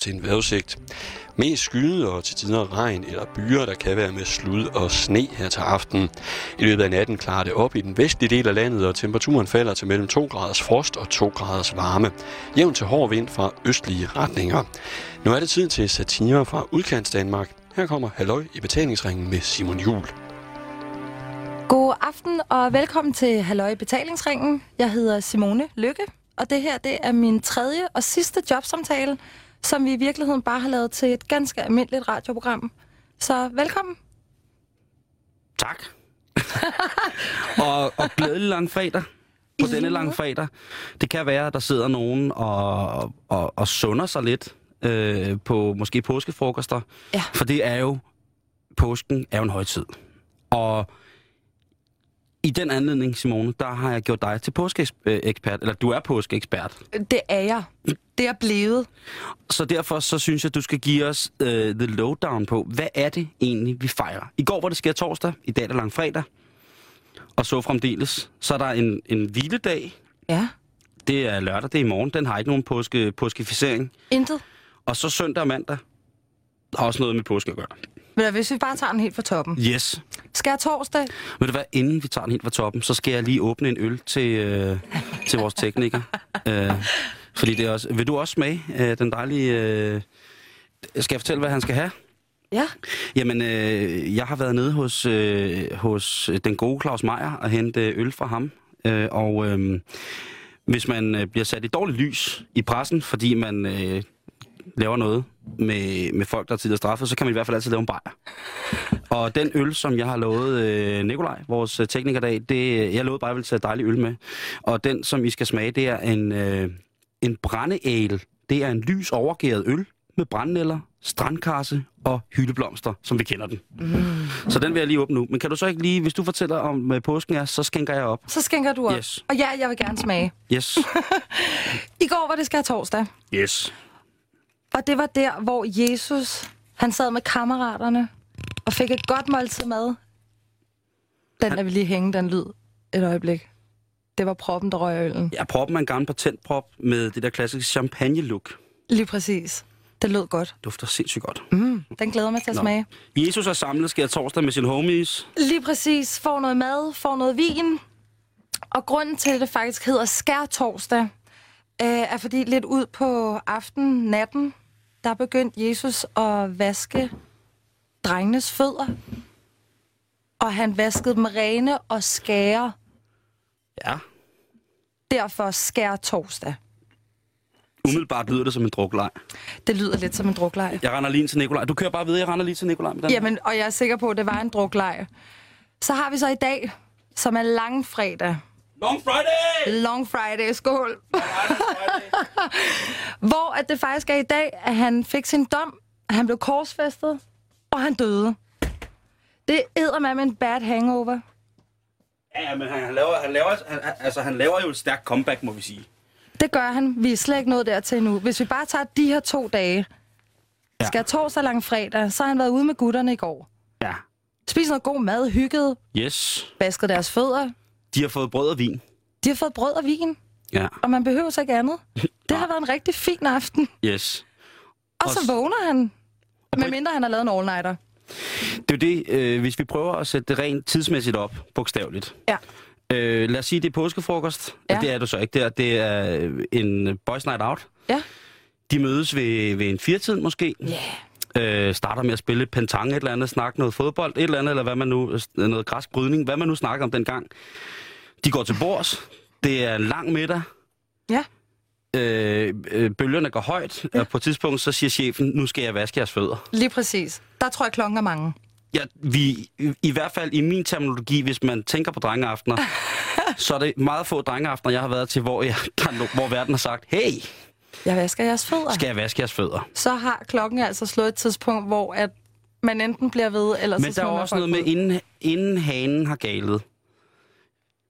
til en vejrudsigt. Mest skyde og til tider regn eller byer, der kan være med slud og sne her til aften. I løbet af natten klarer det op i den vestlige del af landet, og temperaturen falder til mellem 2 graders frost og 2 graders varme. Jævn til hård vind fra østlige retninger. Nu er det tid til satire fra udkants Danmark. Her kommer Halløj i betalingsringen med Simon Jul. God aften og velkommen til Halløj i Betalingsringen. Jeg hedder Simone Lykke, og det her det er min tredje og sidste jobsamtale, som vi i virkeligheden bare har lavet til et ganske almindeligt radioprogram. Så velkommen. Tak. og, og glædelig langfredag. På denne langfredag. Det kan være, at der sidder nogen og, og, og sunder sig lidt øh, på måske påskefrokoster. Ja. For det er jo... Påsken er jo en højtid. Og i den anledning, Simone, der har jeg gjort dig til påskeekspert. Eller du er påskeekspert. Det er jeg. Det er blevet. Så derfor så synes jeg, du skal give os øh, the lowdown på, hvad er det egentlig, vi fejrer? I går var det sker torsdag, i dag er det langfredag, og så fremdeles. Så er der en, en hviledag, Ja. det er lørdag, det er i morgen, den har ikke nogen påske, påskeficering. Intet. Og så søndag og mandag har også noget med påske at gøre. Men hvis vi bare tager den helt fra toppen. Yes. Skær torsdag. Ved du hvad, inden vi tager den helt fra toppen, så skal jeg lige åbne en øl til, øh, til vores tekniker. øh, fordi det er også... Vil du også smage øh, den dejlige... Øh, skal jeg fortælle, hvad han skal have? Ja. Jamen, øh, jeg har været nede hos, øh, hos den gode Claus Meier og hente øl fra ham. Øh, og øh, hvis man øh, bliver sat i dårligt lys i pressen, fordi man øh, laver noget med, med folk, der er tidligere straffet, så kan man i hvert fald altid lave en bajer. Og den øl, som jeg har lovet øh, Nikolaj, vores øh, teknikerdag, det, øh, jeg lovede bare, at jeg ville tage dejlig øl med. Og den, som I skal smage, det er en, øh, en brændeæl. Det er en lys overgæret øl med brændenælder, strandkarse og hyldeblomster, som vi kender den. Mm. Så den vil jeg lige åbne nu. Men kan du så ikke lige, hvis du fortæller om, hvad påsken er, så skænker jeg op. Så skænker du op. Yes. Og ja, jeg vil gerne smage. Yes. I går var det skær torsdag. yes. Og det var der, hvor Jesus, han sad med kammeraterne og fik et godt måltid mad. Den der vi lige hænge, den lyd et øjeblik. Det var proppen, der røg øllen. Jeg propper mig en gammel patentprop med det der klassiske champagne-look. Lige præcis. Det lød godt. Dufter sindssygt godt. Mm. Den glæder mig til at Nå. smage. Jesus er samlet skær torsdag med sine homies. Lige præcis. Får noget mad, får noget vin. Og grunden til, at det faktisk hedder skærtorsdag, øh, er fordi lidt ud på aftenen, natten, der begyndte Jesus at vaske drengenes fødder. Og han vaskede dem rene og skære. Ja. Derfor skærtorsdag. Umiddelbart lyder det som en drukleg. Det lyder lidt som en druklej. Jeg render lige ind til Nikolaj. Du kører bare videre, jeg render lige til Nikolaj med den. Jamen, og jeg er sikker på, at det var en druklej. Så har vi så i dag, som er langfredag. Long Friday! Long Friday, skål. Hvor at det faktisk er i dag, at han fik sin dom, han blev korsfæstet, og han døde. Det æder man med en bad hangover. Ja, men han laver, han, laver, han, altså, han laver jo et stærkt comeback, må vi sige. Det gør han. Vi er slet ikke nået dertil endnu. Hvis vi bare tager de her to dage, Ja. ja. skal torsdag lang fredag, så har han været ude med gutterne i går. Ja. Spist noget god mad, hygget, Yes. vasket deres fødder. De har fået brød og vin. De har fået brød og vin, Ja. og man behøver så ikke andet. Det har været en rigtig fin aften. Yes. Og så Og s- vågner han, Og på- medmindre han har lavet en all-nighter. Det er jo det, øh, hvis vi prøver at sætte det rent tidsmæssigt op, bogstaveligt. Ja. Øh, lad os sige, det er påskefrokost. Ja. Ja. Det er du så ikke. Det er, det er en boys night out. Ja. De mødes ved, ved en firetid måske. Yeah. øh, starter med at spille lidt pentang, et eller andet, snakke noget fodbold, et eller andet, eller hvad man nu, øh, noget græsk brydning, hvad man nu snakker om dengang. De går til bords, det er en lang middag, Ja. øh, øh, bølgerne går højt, ja. og på et tidspunkt så siger chefen, nu skal jeg vaske jeres fødder. Lige præcis. Der tror jeg, klokken er mange. Ja, vi, I hvert fald i min terminologi, hvis man tænker på drengeaftener, så er det meget få drengeaftener, jeg har været til, hvor, jeg, der, er no- hvor verden har sagt, hey, Jeg vasker jeres fødder. skal jeg vaske jeres fødder? Så har klokken altså slået et tidspunkt, hvor at man enten bliver ved, eller Men så der er smuldrer også folk noget med, ud. inden, inden hanen har galet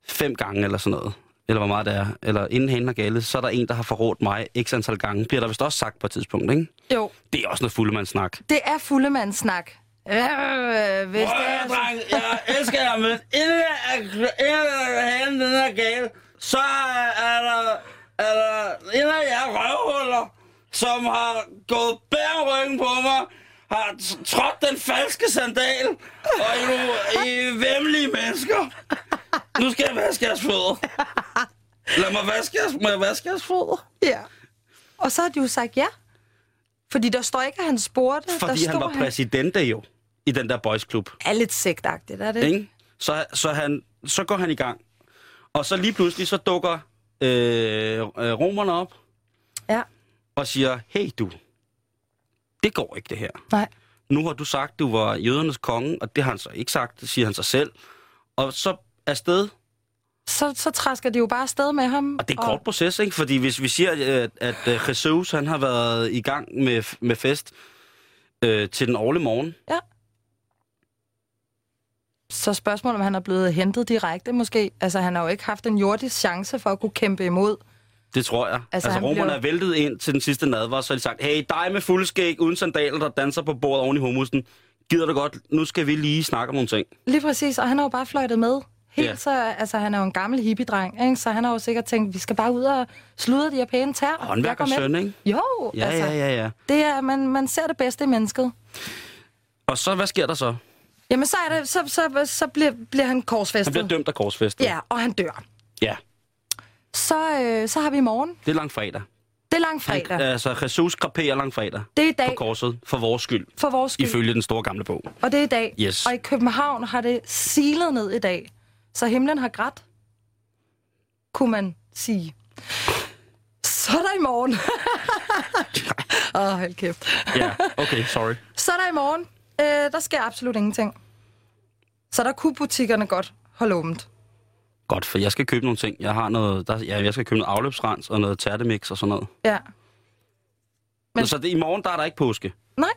fem gange eller sådan noget, eller hvor meget det er, eller inden hanen har galet, så er der en, der har forrådt mig x antal gange, bliver der vist også sagt på et tidspunkt, ikke? Jo, Det er også noget fuldemandssnak. det er fuldemandssnak. Øh, hvis det er... jeg elsker jer, men inden, inden hanen den er gale, så er der, er der, inden jeg røvhuller, som har gået bærryggen på mig, har t- trådt den falske sandal, og I nu I er vemmelige mennesker. Nu skal jeg vaske jeres fødder. Lad mig vaske jeres, må jeg vaske jeres fødder. Ja. Og så har de jo sagt ja. Fordi der står ikke, at han spurgte. Fordi der står, han var præsident jo, i den der boysklub. er lidt sigtagtigt, er det ikke? Ikke? Så, så, han, så går han i gang. Og så lige pludselig, så dukker øh, øh, romerne op Ja. og siger, hey du, det går ikke det her. Nej. Nu har du sagt, du var jødernes konge, og det har han så ikke sagt, det siger han sig selv. Og så afsted, Så, så træsker de jo bare afsted med ham. og det er en kort proces, ikke? Fordi hvis vi siger, at, at øh, Jesus, han har været i gang med, med fest øh, til den årlige morgen, Så spørgsmålet, om han er blevet hentet direkte måske. Altså, han har jo ikke haft en jordisk chance for at kunne kæmpe imod. Det tror jeg. Altså, altså han romerne blev- er væltet ind til den sidste nadvar, så har de sagt, hey, dig med fuldskæg, uden sandaler, der danser på bordet oven i hummusen. Gider du godt? Nu skal vi lige snakke om nogle ting. Lige præcis, og han har jo bare fløjtet med. Helt Ja. ja. så, altså, han er jo en gammel hippiedreng, ikke? så han har jo sikkert tænkt, vi skal bare ud og sludre de her pæne tær. Håndværk og Jeg går med. søn, ikke? Jo, Ja, altså, ja, ja, ja. Det er, man, man ser det bedste i mennesket. Og så, hvad sker der så? Jamen, så, er det, så, så, så bliver, bliver han Han korsfæstet. bliver dømt af korsfæstet. ja, og han dør. ja. Så, øh, så har vi i morgen. Det er langfredag. Det er langfredag. Han, altså, Jesus kraperer langfredag det er i på dag korset for vores skyld, for vores skyld. ifølge den store gamle bog. Og det er i dag. Yes. Og i København har det silet ned i dag. Så himlen har grædt, kunne man sige. Så er der i morgen. Åh, oh, hold kæft. Ja, okay, sorry. Så er der i morgen. Øh, der sker absolut ingenting. Så der kunne butikkerne godt holde åbent. Godt, for jeg skal købe nogle ting. Jeg har noget, der, ja, jeg skal købe noget afløbsrens og noget tærtemix og sådan noget. Ja. Men... Men- Så det, i morgen, der er der ikke påske. Nej,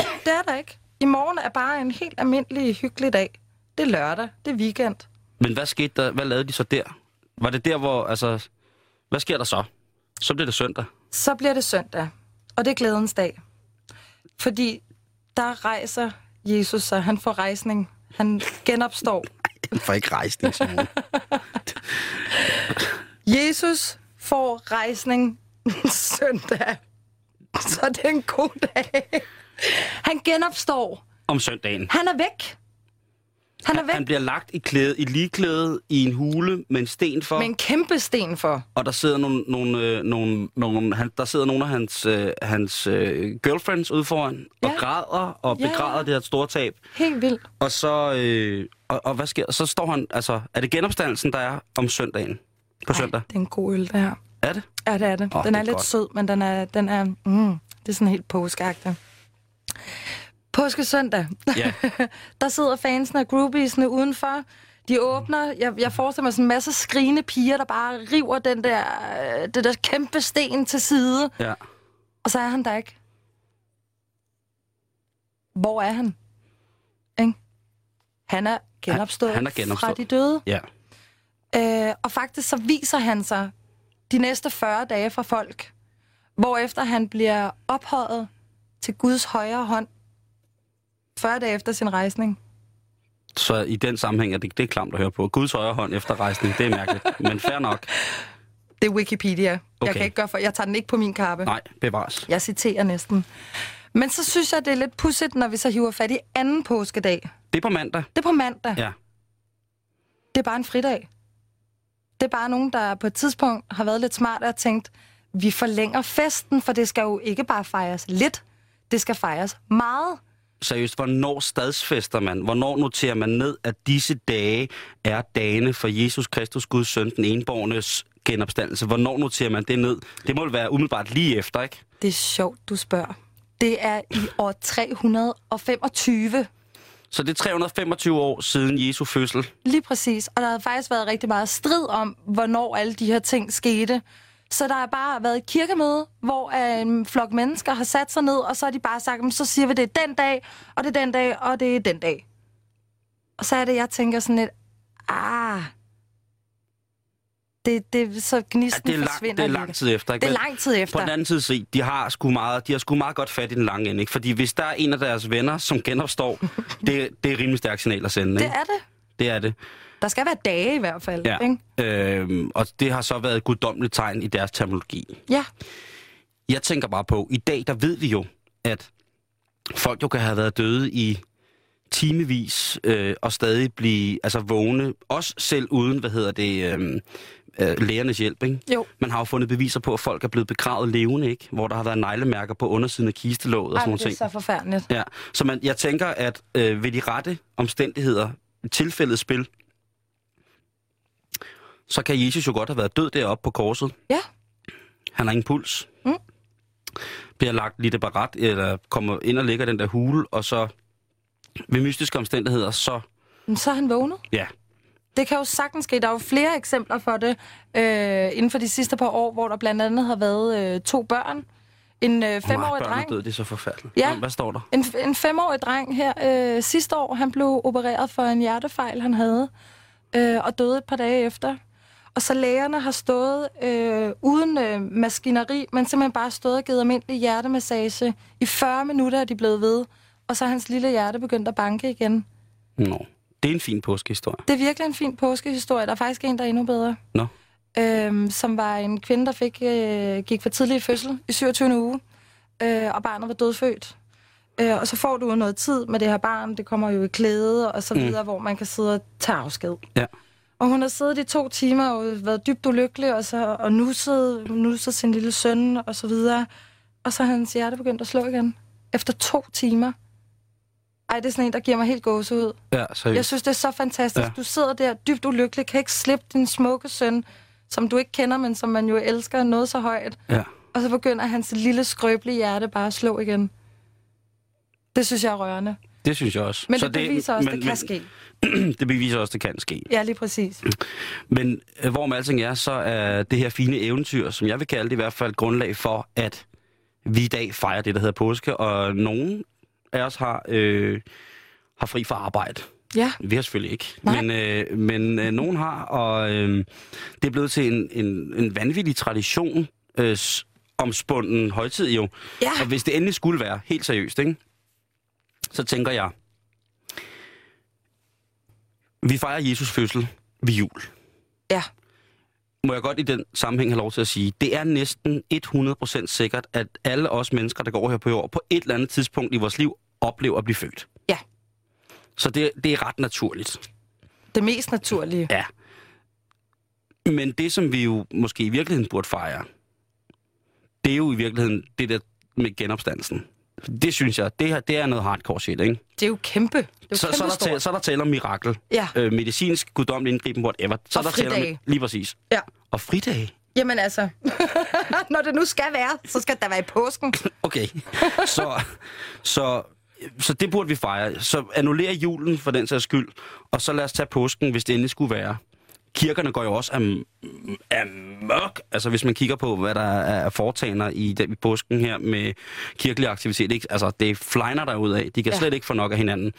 det er der ikke. I morgen er bare en helt almindelig, hyggelig dag. Det er lørdag, det er weekend. Men hvad skete der? Hvad lavede de så der? Var det der, hvor... Altså, hvad sker der så? Så bliver det søndag. Så bliver det søndag, og det er glædens dag. Fordi der rejser Jesus sig. Han får rejsning. Han genopstår. Jeg får ikke rejst det sådan. Jesus får rejsning søndag. Så det er en god dag. Han genopstår. Om søndagen. Han er væk. Han er væk Han bliver lagt i, klæde, i ligeklæde i en hule med en sten for, med en kæmpe sten for. og der sidder nogle, nogle, øh, nogle, nogle, han, der sidder nogle af hans, øh, hans øh, girlfriends ude foran, ja. og Ja. græder og Ja, begræder ja. det her store tab. Helt vildt. Og så, øh, og, og hvad sker der? Så står han, altså, er det genopstandelsen, der er om søndagen? På søndag? Det er en god øl, det her. Er det? Ja, det er det. Åh, Oh, det den er er, lidt godt. sød, men den er, den er, mm, det er sådan helt påskeagtig. Påskesøndag. Ja. Der sidder fansene og groupiesne udenfor. De åbner. Jeg, jeg forestiller mig sådan en masse skrigende piger, der bare river den der, øh, det der kæmpe sten til side. ja. Og så er han der ikke. Hvor er han? Ikke? Han er genopstået, han er genopstået. fra de døde. Ja. Øh, og faktisk så viser han sig de næste 40 dage fra folk, hvorefter han bliver ophøjet til Guds højre hånd 40 dage efter sin rejsning. Så i den sammenhæng er det, det er klamt at høre på. Guds højre hånd efter rejsen, det er mærkeligt. Men fair nok. Det er Wikipedia. Okay. Okay. Jeg kan ikke gøre for, jeg tager den ikke på min kappe. Nej, bevares. Jeg citerer næsten. Men så synes jeg, det er lidt pudsigt, når vi så hiver fat i anden påskedag. Det er på mandag. Det er på mandag. Ja. Det er bare en fridag. Det er bare nogen, der på et tidspunkt har været lidt smart og tænkt, vi forlænger festen, for det skal jo ikke bare fejres lidt, det skal fejres meget. Seriøst, hvornår stadsfester man? Hvornår noterer man ned, at disse dage er dagene for Jesus Kristus, Guds søn, den enbornes genopstandelse? Hvornår noterer man det ned? Det må vel være umiddelbart lige efter, ikke? Det er sjovt, du spørger. Det er i år 325, Så det er 325 år siden Jesu fødsel. lige præcis. Og der havde faktisk været rigtig meget strid om, hvornår alle de her ting skete. Så der har bare været et kirkemøde, hvor øh, en flok mennesker har sat sig ned, og så har de bare sagt, "Men så siger vi, det er den dag, og det er den dag, og det er den dag. Og så er det, jeg tænker sådan lidt, ah, det, det, så Ja, gnisten det, er lang, forsvinder det er lidt. lang tid efter, ikke? Det er Men- lang tid efter. På den anden side set, de har sgu meget, de har sgu meget godt fat i den lange ende, ikke? Fordi hvis der er en af deres venner, som genopstår, det, det er rimelig stærkt signal at sende, ikke? Det er det. det er det. Der skal være dage i hvert fald. Ja. Ikke? Øhm, og det har så været et guddommeligt tegn i deres terminologi. ja. Jeg tænker bare på, i dag der ved vi jo, at folk jo kan have været døde i timevis øh, og stadig blive altså vågne, også selv uden, hvad hedder det, øh, øh, lægernes hjælp, ikke? Jo. Man har jo fundet beviser på, at folk er blevet begravet levende, ikke? Hvor der har været neglemærker på undersiden af kistelåget og Ej, sådan men nogle det er ting. så forfærdeligt. Ja, så man, jeg tænker, at øh, ved de rette omstændigheder, tilfældet spil, så kan Jesus jo godt have været død deroppe på korset. Ja. Han har ingen puls. Mm. Bliver lagt lidt barat, eller kommer ind og ligger i den der hule, og så ved mystiske omstændigheder, så... Men så er han vågnet. Ja. Det kan jo sagtens ske. Der er jo flere eksempler for det øh, inden for de sidste par år, hvor der blandt andet har været øh, to børn. En øh, femårig børn dreng. Er død, det er så forfærdeligt. Ja. Nå, Hvad står der? En, en femårig dreng her øh, sidste år, han blev opereret for en hjertefejl, han havde, øh, og døde et par dage efter. Og så lægerne har stået øh, uden øh, maskineri, men simpelthen bare stået og givet almindelig hjertemassage. I 40 minutter er de blevet ved, og så er hans lille hjerte begyndt at banke igen. Nå. Det er en fin påskehistorie. Det er virkelig en fin påskehistorie. Der er faktisk en, der er endnu bedre. Nå. Øhm, som var en kvinde, der fik, øh, gik for tidlig i fødsel i 27. uge, øh, og barnet var dødfødt. Øh, og så får du jo noget tid med det her barn. Det kommer jo i klæde og så videre, mm. hvor man kan sidde og tage afsked. Ja. Og hun har siddet i to timer og været dybt ulykkelig, og, så, og nusset, nusset sin lille søn og så videre. Og så er hans hjerte begyndt at slå igen. Efter to timer. Ej, det er sådan en, der giver mig helt gåsehud. Ja, seriøst. Jeg synes, det er så fantastisk. Ja. Ja. Du sidder der dybt ulykkelig, kan ikke slippe din smukke søn, som du ikke kender, men som man jo elsker noget så højt. Ja. Og så begynder hans lille skrøbelige hjerte bare at slå igen. Det synes jeg er rørende. Det synes jeg også. Men så det beviser også, men, det kan ske. men, det beviser også, det kan ske. Ja, lige præcis. Men øh, hvorom alting er, så er det her fine eventyr, som jeg vil kalde det i hvert fald grundlag for, at vi i dag fejrer det, der hedder påske, og nogen af os har, øh, har fri fra arbejde. Ja, Vi har selvfølgelig ikke, Nej. men, øh, men øh, nogen har, og øh, det er blevet til en, en, en vanvittig tradition, øh, s- omspunden højtid jo. Ja. Og hvis det endelig skulle være, helt seriøst, ikke? så tænker jeg, vi fejrer Jesus fødsel ved jul ja. må jeg godt i den sammenhæng have lov til at sige, det er næsten 100% sikkert, at alle os mennesker, der går her på jord, på et eller andet tidspunkt i vores liv, oplever at blive født. Ja. Så det, det er ret naturligt. Det mest naturlige. Ja. Men det, som vi jo måske i virkeligheden burde fejre, det er jo i virkeligheden det der med genopstandelsen. Det synes jeg, det, her, det er noget hardcore shit, ikke? Det er jo kæmpe. Det er jo Så, kæmpe så, er der tale, så er der tale om mirakel. Ja. Øh, medicinsk, guddommelig indgriben, whatever. Så Og er der tale om- fridage. Lige præcis. Ja. Og fridage. Jamen altså, når det nu skal være, så skal der være i påsken. Okay. Så, så, så det burde vi fejre. Så annullér julen for den sags skyld, og så lad os tage påsken, hvis det endelig skulle være. Kirkerne går jo også af, af mørk. Altså hvis man kigger på, hvad der er af foretagender i, den, i påsken her med kirkelig aktivitet. Ikke? Altså det flejner der ud af. De kan ja. Ja. slet ikke få nok af hinanden.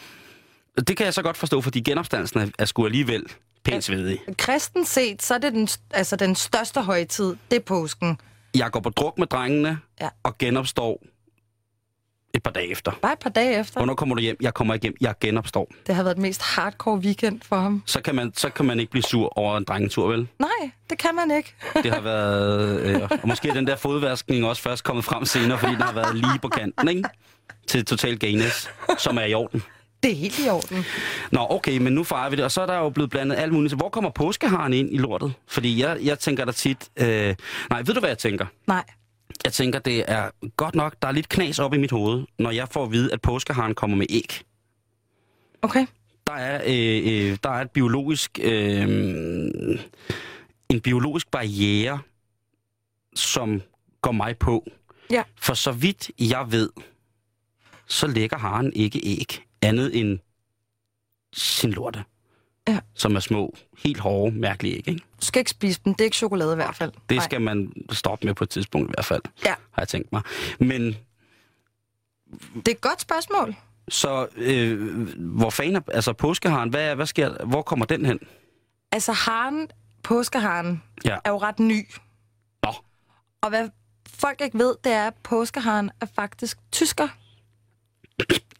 Og Det kan jeg så godt forstå, fordi genopstandelsen er, er sgu alligevel pænt svedig. Kristen set, så er det den, altså den største højtid. Det er påsken. Jeg går på druk med drengene ja. Ja. og genopstår et par dage efter. Bare et par dage efter. Hvornår kommer du hjem? Jeg kommer ikke hjem. Jeg genopstår. Det har været den mest hardcore weekend for ham. så kan man, så kan man ikke blive sur over en drengetur, vel? Nej, det kan man ikke. Det har været... Øh, og måske er den der fodvaskning også først kommet frem senere, fordi den har været lige på kanten, ikke? Til total gayness, som er i orden. Det er helt i orden. Nå, okay, men nu fejrer vi det, og så er der jo blevet blandet alt muligt. Så Hvor kommer påskeharen ind i lortet? Fordi jeg, jeg tænker da tit... Øh, nej, ved du, hvad jeg tænker? Nej. Jeg tænker, det er godt nok, der er lidt knas op i mit hoved, når jeg får at vide, at påskeharen kommer med æg. Okay. Der er, øh, øh, der er et biologisk, øh, en biologisk barriere, som går mig på. Ja. For så vidt jeg ved, så lægger haren ikke æg andet end sin lorte. Ja. Som er små, helt hårde, mærkelige æg. Ikke? Du skal ikke spise dem. Det er ikke chokolade i hvert fald. Det Nej. skal man stoppe med på et tidspunkt i hvert fald, Ja. har jeg tænkt mig. Men Det er et godt spørgsmål. så, øh, hvor fanden er, altså påskeharen, hvad, hvad sker, der? hvor kommer den hen? Altså, haren, påskeharen, Ja. er jo ret ny. Nå. Og hvad folk ikke ved, det er, at påskeharen er faktisk tysker.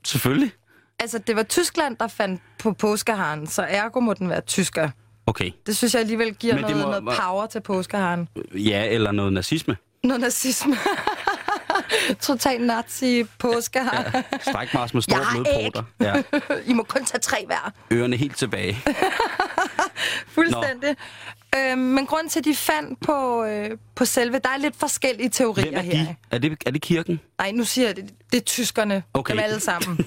Selvfølgelig. Altså, det var Tyskland, der fandt på påskeharen, så ergo må den være tysker. Okay. Det synes jeg alligevel giver Men det noget, må- noget power til påskeharen. Ja, eller noget nazisme. Noget nazisme. Total nazi påske her. Ja. Strækmars med store Jeg har blodporter. Ja. I må kun tage tre hver. Ørerne helt tilbage. Fuldstændig. Øhm, men grunden til, at de fandt på, øh, på selve... Der er lidt forskellige teorier Hvem er her. de? Er det, er det kirken? Nej, nu siger jeg det. Det er tyskerne. Okay. Dem alle sammen.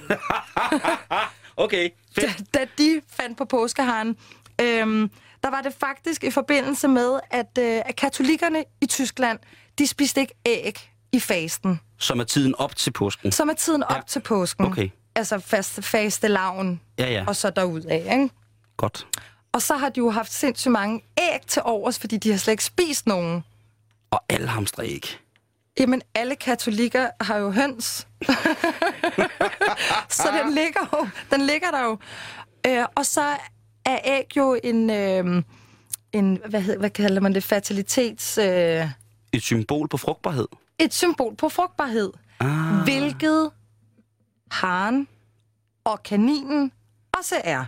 Okay, da, da de fandt på påskeharen, øhm, der var det faktisk i forbindelse med, at, øh, at katolikkerne i Tyskland, de spiste ikke æg i fasten, Som er tiden op til påsken. som er tiden op Ja. ja. til påsken. Okay. Altså faste, faste laven, Ja, ja. og så derudad, ikke? Godt. Og så har de jo haft sindssygt mange æg til overs, fordi de har slet ikke spist nogen. Og alle hamstrer ikke. Jamen, alle katolikker har jo høns. så den ligger, jo, den ligger der jo. Øh, og så er æg jo en, øh, en hvad, hed, hvad kalder man det, fertilitets... Øh, Et symbol på frugtbarhed. et symbol på frugtbarhed. Ah. Hvilket haren og kaninen også er.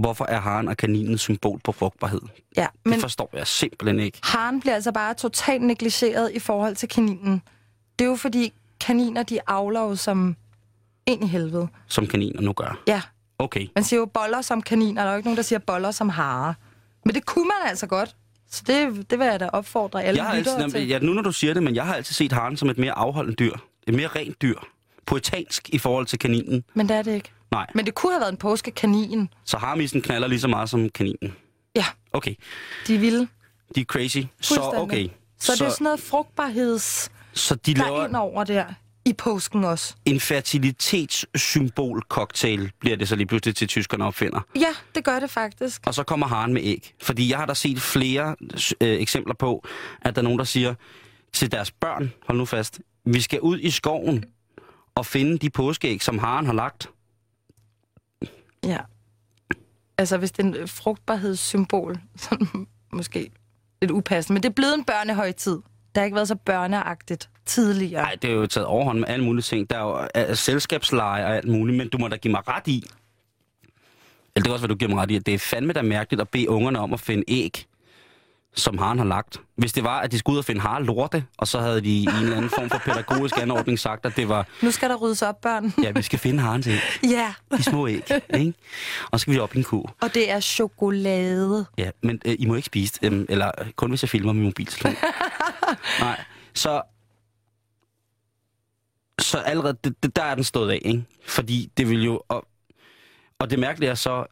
Hvorfor er haren og kaninen et symbol på frugtbarhed? Ja, Men... men Det forstår jeg simpelthen ikke. haren bliver altså bare totalt negligeret i forhold til kaninen. Det er jo fordi kaniner, de avler jo som ind i helvede. Som kaniner nu gør. Ja, Okay. Man siger jo boller som kaniner, der er jo ikke nogen, der siger boller som harer. Men det kunne man altså godt. Så det, det vil jeg da opfordre alle Jeg har altid, lyttere jamen, til. ja, nu når du siger det, men jeg har altid set haren som et mere afholdende dyr. Et mere rent dyr. Poetansk i forhold til kaninen. Men det er det ikke. Nej. Men det kunne have været en påskekanin. Så harmisen knaller lige så meget som kaninen. Ja, Okay. de ville. De er crazy. Så Fuldstændig. okay. Så, så det er sådan noget frugtbarheds, så de der er laver ind over der i påsken også. en fertilitetssymbolcocktail, bliver det så lige pludselig til tyskerne opfinder. Ja, det gør det faktisk. Og så kommer haren med æg. Fordi jeg har da set flere øh, eksempler på, at der er nogen, der siger til deres børn, hold nu fast, vi skal ud i skoven og finde de påskeæg, som haren har lagt. Ja. Altså, hvis det er en frugtbarhedssymbol, så måske lidt upassende. Men det er blevet en børnehøjtid. Det har ikke været så børneagtigt tidligere. Nej, det er jo taget overhånd med alle mulige ting. Der er jo øh, selskabsleje og alt muligt, men du må da give mig ret i. Eller det er også, hvad du giver mig ret i. at Det er fandme da mærkeligt at bede ungerne om at finde æg, som haren har lagt. Hvis det var, at de skulle ud og finde hare lorte, og så havde de i en eller anden form for pædagogisk anordning sagt, at det var, Nu skal der ryddes op, børn. ja, vi skal finde harens æg. ja. De små æg, ikke? Og så skal vi op i en kur. Og det er chokolade. Ja, men øh, I må ikke spise det, øhm, eller øh, kun hvis jeg filmer min mobiltelefon. Nej, så... Så allerede, det, det, der er den stået af, ikke? Fordi det vil jo... Og, og det mærkelige er så,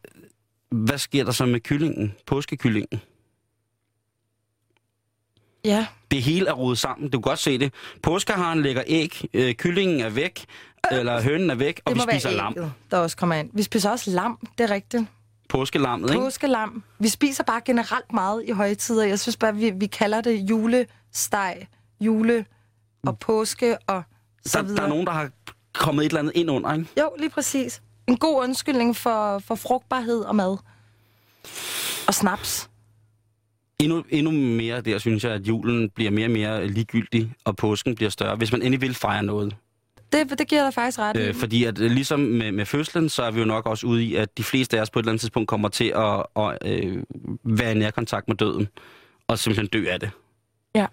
hvad sker der så med kyllingen? Påskekyllingen? Ja. Det hele er rodet sammen, du kan godt se det. Påskeharen lægger æg, øh, kyllingen er væk, eller hønen er væk, og det vi må spiser være lam. ægget, der også kommer ind. Vi spiser også lam, det er rigtigt. Påskelammet, ikke? Påskelam. Vi spiser bare generelt meget i højtider. Jeg synes bare, vi, vi kalder det julesteg, jule og påske og så Der, der er videre. nogen, der har kommet et eller andet ind under, ikke? Jo, lige præcis. En god undskyldning for, for frugtbarhed og mad. Og snaps. Endnu, endnu mere der, synes jeg, at julen bliver mere og mere ligegyldig, og påsken bliver større, hvis man endelig vil fejre noget. Det, det giver dig faktisk ret. Øh, Øh, for... fordi at øh, ligesom med, med fødslen, så er vi jo nok også ude i, at de fleste af os på et eller andet tidspunkt kommer til at, at øh, være i nærkontakt med døden, og simpelthen dø af det. Ja.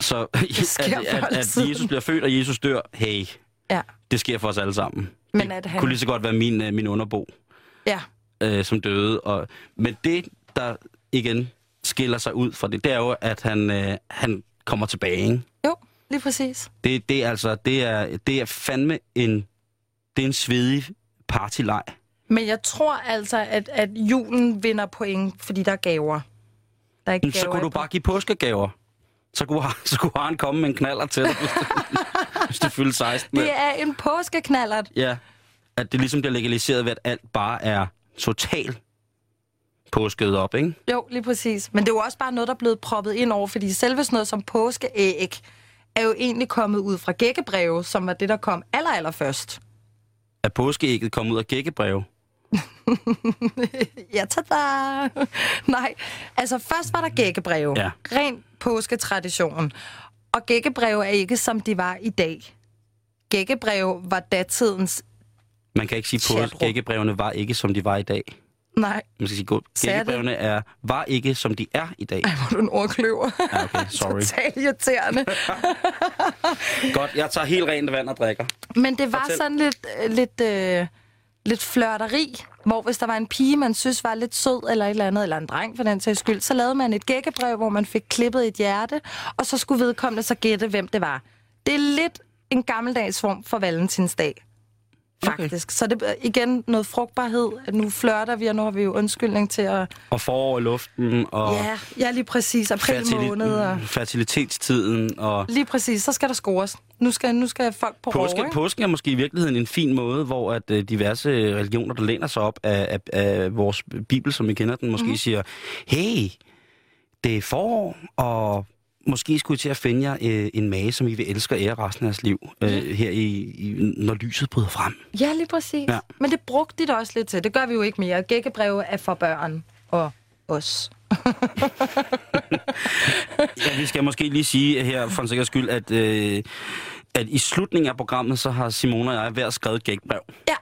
Så sker at, for at, at altid. Jesus bliver født, og Jesus dør, hey, Ja. det sker for os alle sammen. Men at han... kunne lige så godt være min, øh, min underbo, Ja. øh, som døde. Og, men det, der igen skiller sig ud fra det, det er jo, at han, øh, han kommer tilbage. Ikke? Jo, lige præcis. Det, det, er altså, det, er, det er fandme en, det er en svedig partilej. Men jeg tror altså, at, at julen vinder point, fordi der er gaver. Der er ikke Men Så gaver kunne i du bare give påskegaver. Så kunne, så kunne han komme med en knaller til dig, hvis du, hvis du fyldte 16. Det er en påskeknallert. Ja, at det ligesom bliver legaliseret ved, at alt bare er totalt påsket op, ikke? Jo, lige præcis. Men det er jo også bare noget, der er blevet proppet ind over, fordi selve sådan noget som påskeæg er jo egentlig kommet ud fra gækkebreve, som var det, der kom aller, aller først. At påskeægget kom ud af gækkebreve. Ja, tada! Nej, altså først var der gækkebreve. Ja. Ren påsketradition. Og gækkebreve er ikke, som de var i dag. Gækkebreve var datidens Man kan ikke sige, Chatrum. at påskeæggebrevene var ikke, som de var i dag. Nej, Man skal sige, gå- Sagde jeg det? gældebrevene er, var ikke, som de er i dag. Ej, hvor er du en ordkløver. Ja, okay, sorry. Totalt irriterende. Godt, jeg tager helt rent vand og drikker. Men det var Fortæl. Fortæl. sådan lidt, øh, lidt, øh, lidt flørteri, hvor hvis der var en pige, man synes var lidt sød eller et eller andet, eller en dreng for den sags skyld, så lavede man et gækkebrev, hvor man fik klippet et hjerte, og så skulle vedkommende så gætte, hvem det var. Det er lidt en gammeldags form for valentinsdag. Faktisk. Okay. Så det er igen noget frugtbarhed. at Nu flørter vi, og nu har vi jo undskyldning til at... Og forår i luften, og Ja, ja lige præcis. April fertili- mm, måned. Og... fertilitetstiden, og Lige præcis. Så skal der scores. Nu skal, nu skal folk på Påske, roer, ikke? påsken er måske i virkeligheden en fin måde, hvor at øh, diverse religioner, der læner sig op af, af, af vores bibel, som vi kender den, Mhm. måske mm-hmm. siger, hey, det er forår, og måske skulle I til at finde jer øh, en mage, som I vil elske og ære resten af jeres liv, øh, her i, i, når lyset bryder frem. Ja, lige præcis. Ja. Ja. Men det brugte de det også lidt til. Det gør vi jo ikke mere. Gækkebreve er for børn og os. Ja, vi skal måske lige sige her for en sikkerheds skyld, at, øh, at i slutningen af programmet, så har Simone og jeg hver skrevet et gækbrev. Ja,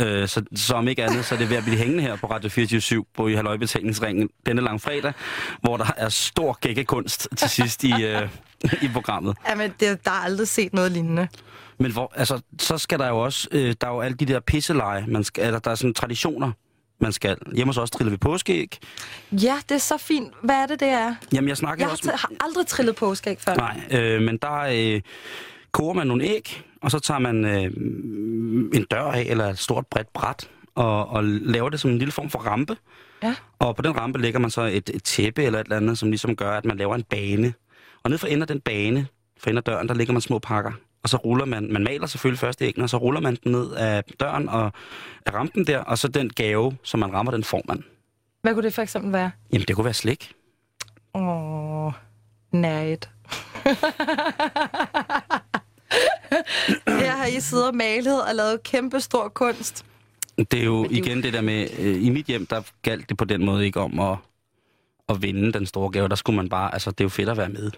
Øh, så, så om ikke andet, så er det ved at blive hængende her på Radio 24 på i halvøjbetalingsringen denne lang fredag, hvor der er stor gækkekunst til sidst i, øh, i programmet. Jamen, det, der er aldrig set noget lignende. Men hvor, altså, så skal der jo også, øh, der er jo alle de der pisseleje, man skal, eller der er sådan traditioner, man skal. Hjemme hos os triller vi påskeæg. Ja, det er så fint. Hvad er det, det er? Jamen, jeg snakker Jeg har, også... t- har aldrig trillet påskæg før. Nej, øh, men der øh, koger man nogle æg, og så tager man øh, en dør af, eller et stort bredt bræt, og, og laver det som en lille form for rampe. Ja. Og på den rampe lægger man så et, et tæppe eller et eller andet, som ligesom gør, at man laver en bane. Og ned for ender den bane, for ender døren, der ligger man små pakker. Og så ruller man, man maler selvfølgelig først æggene, og så ruller man den ned af døren og af rampen der, og så den gave, som man rammer, den får man. Hvad kunne det for eksempel være? Jamen, det kunne være slik. Åh, nært. Her har I siddet og malet og lavet kæmpe stor kunst. Det er jo det er jo- igen det der med, øh, i mit hjem, der galt det på den måde ikke om at, at vinde den store gave. Der skulle man bare, altså det er jo fedt at være med.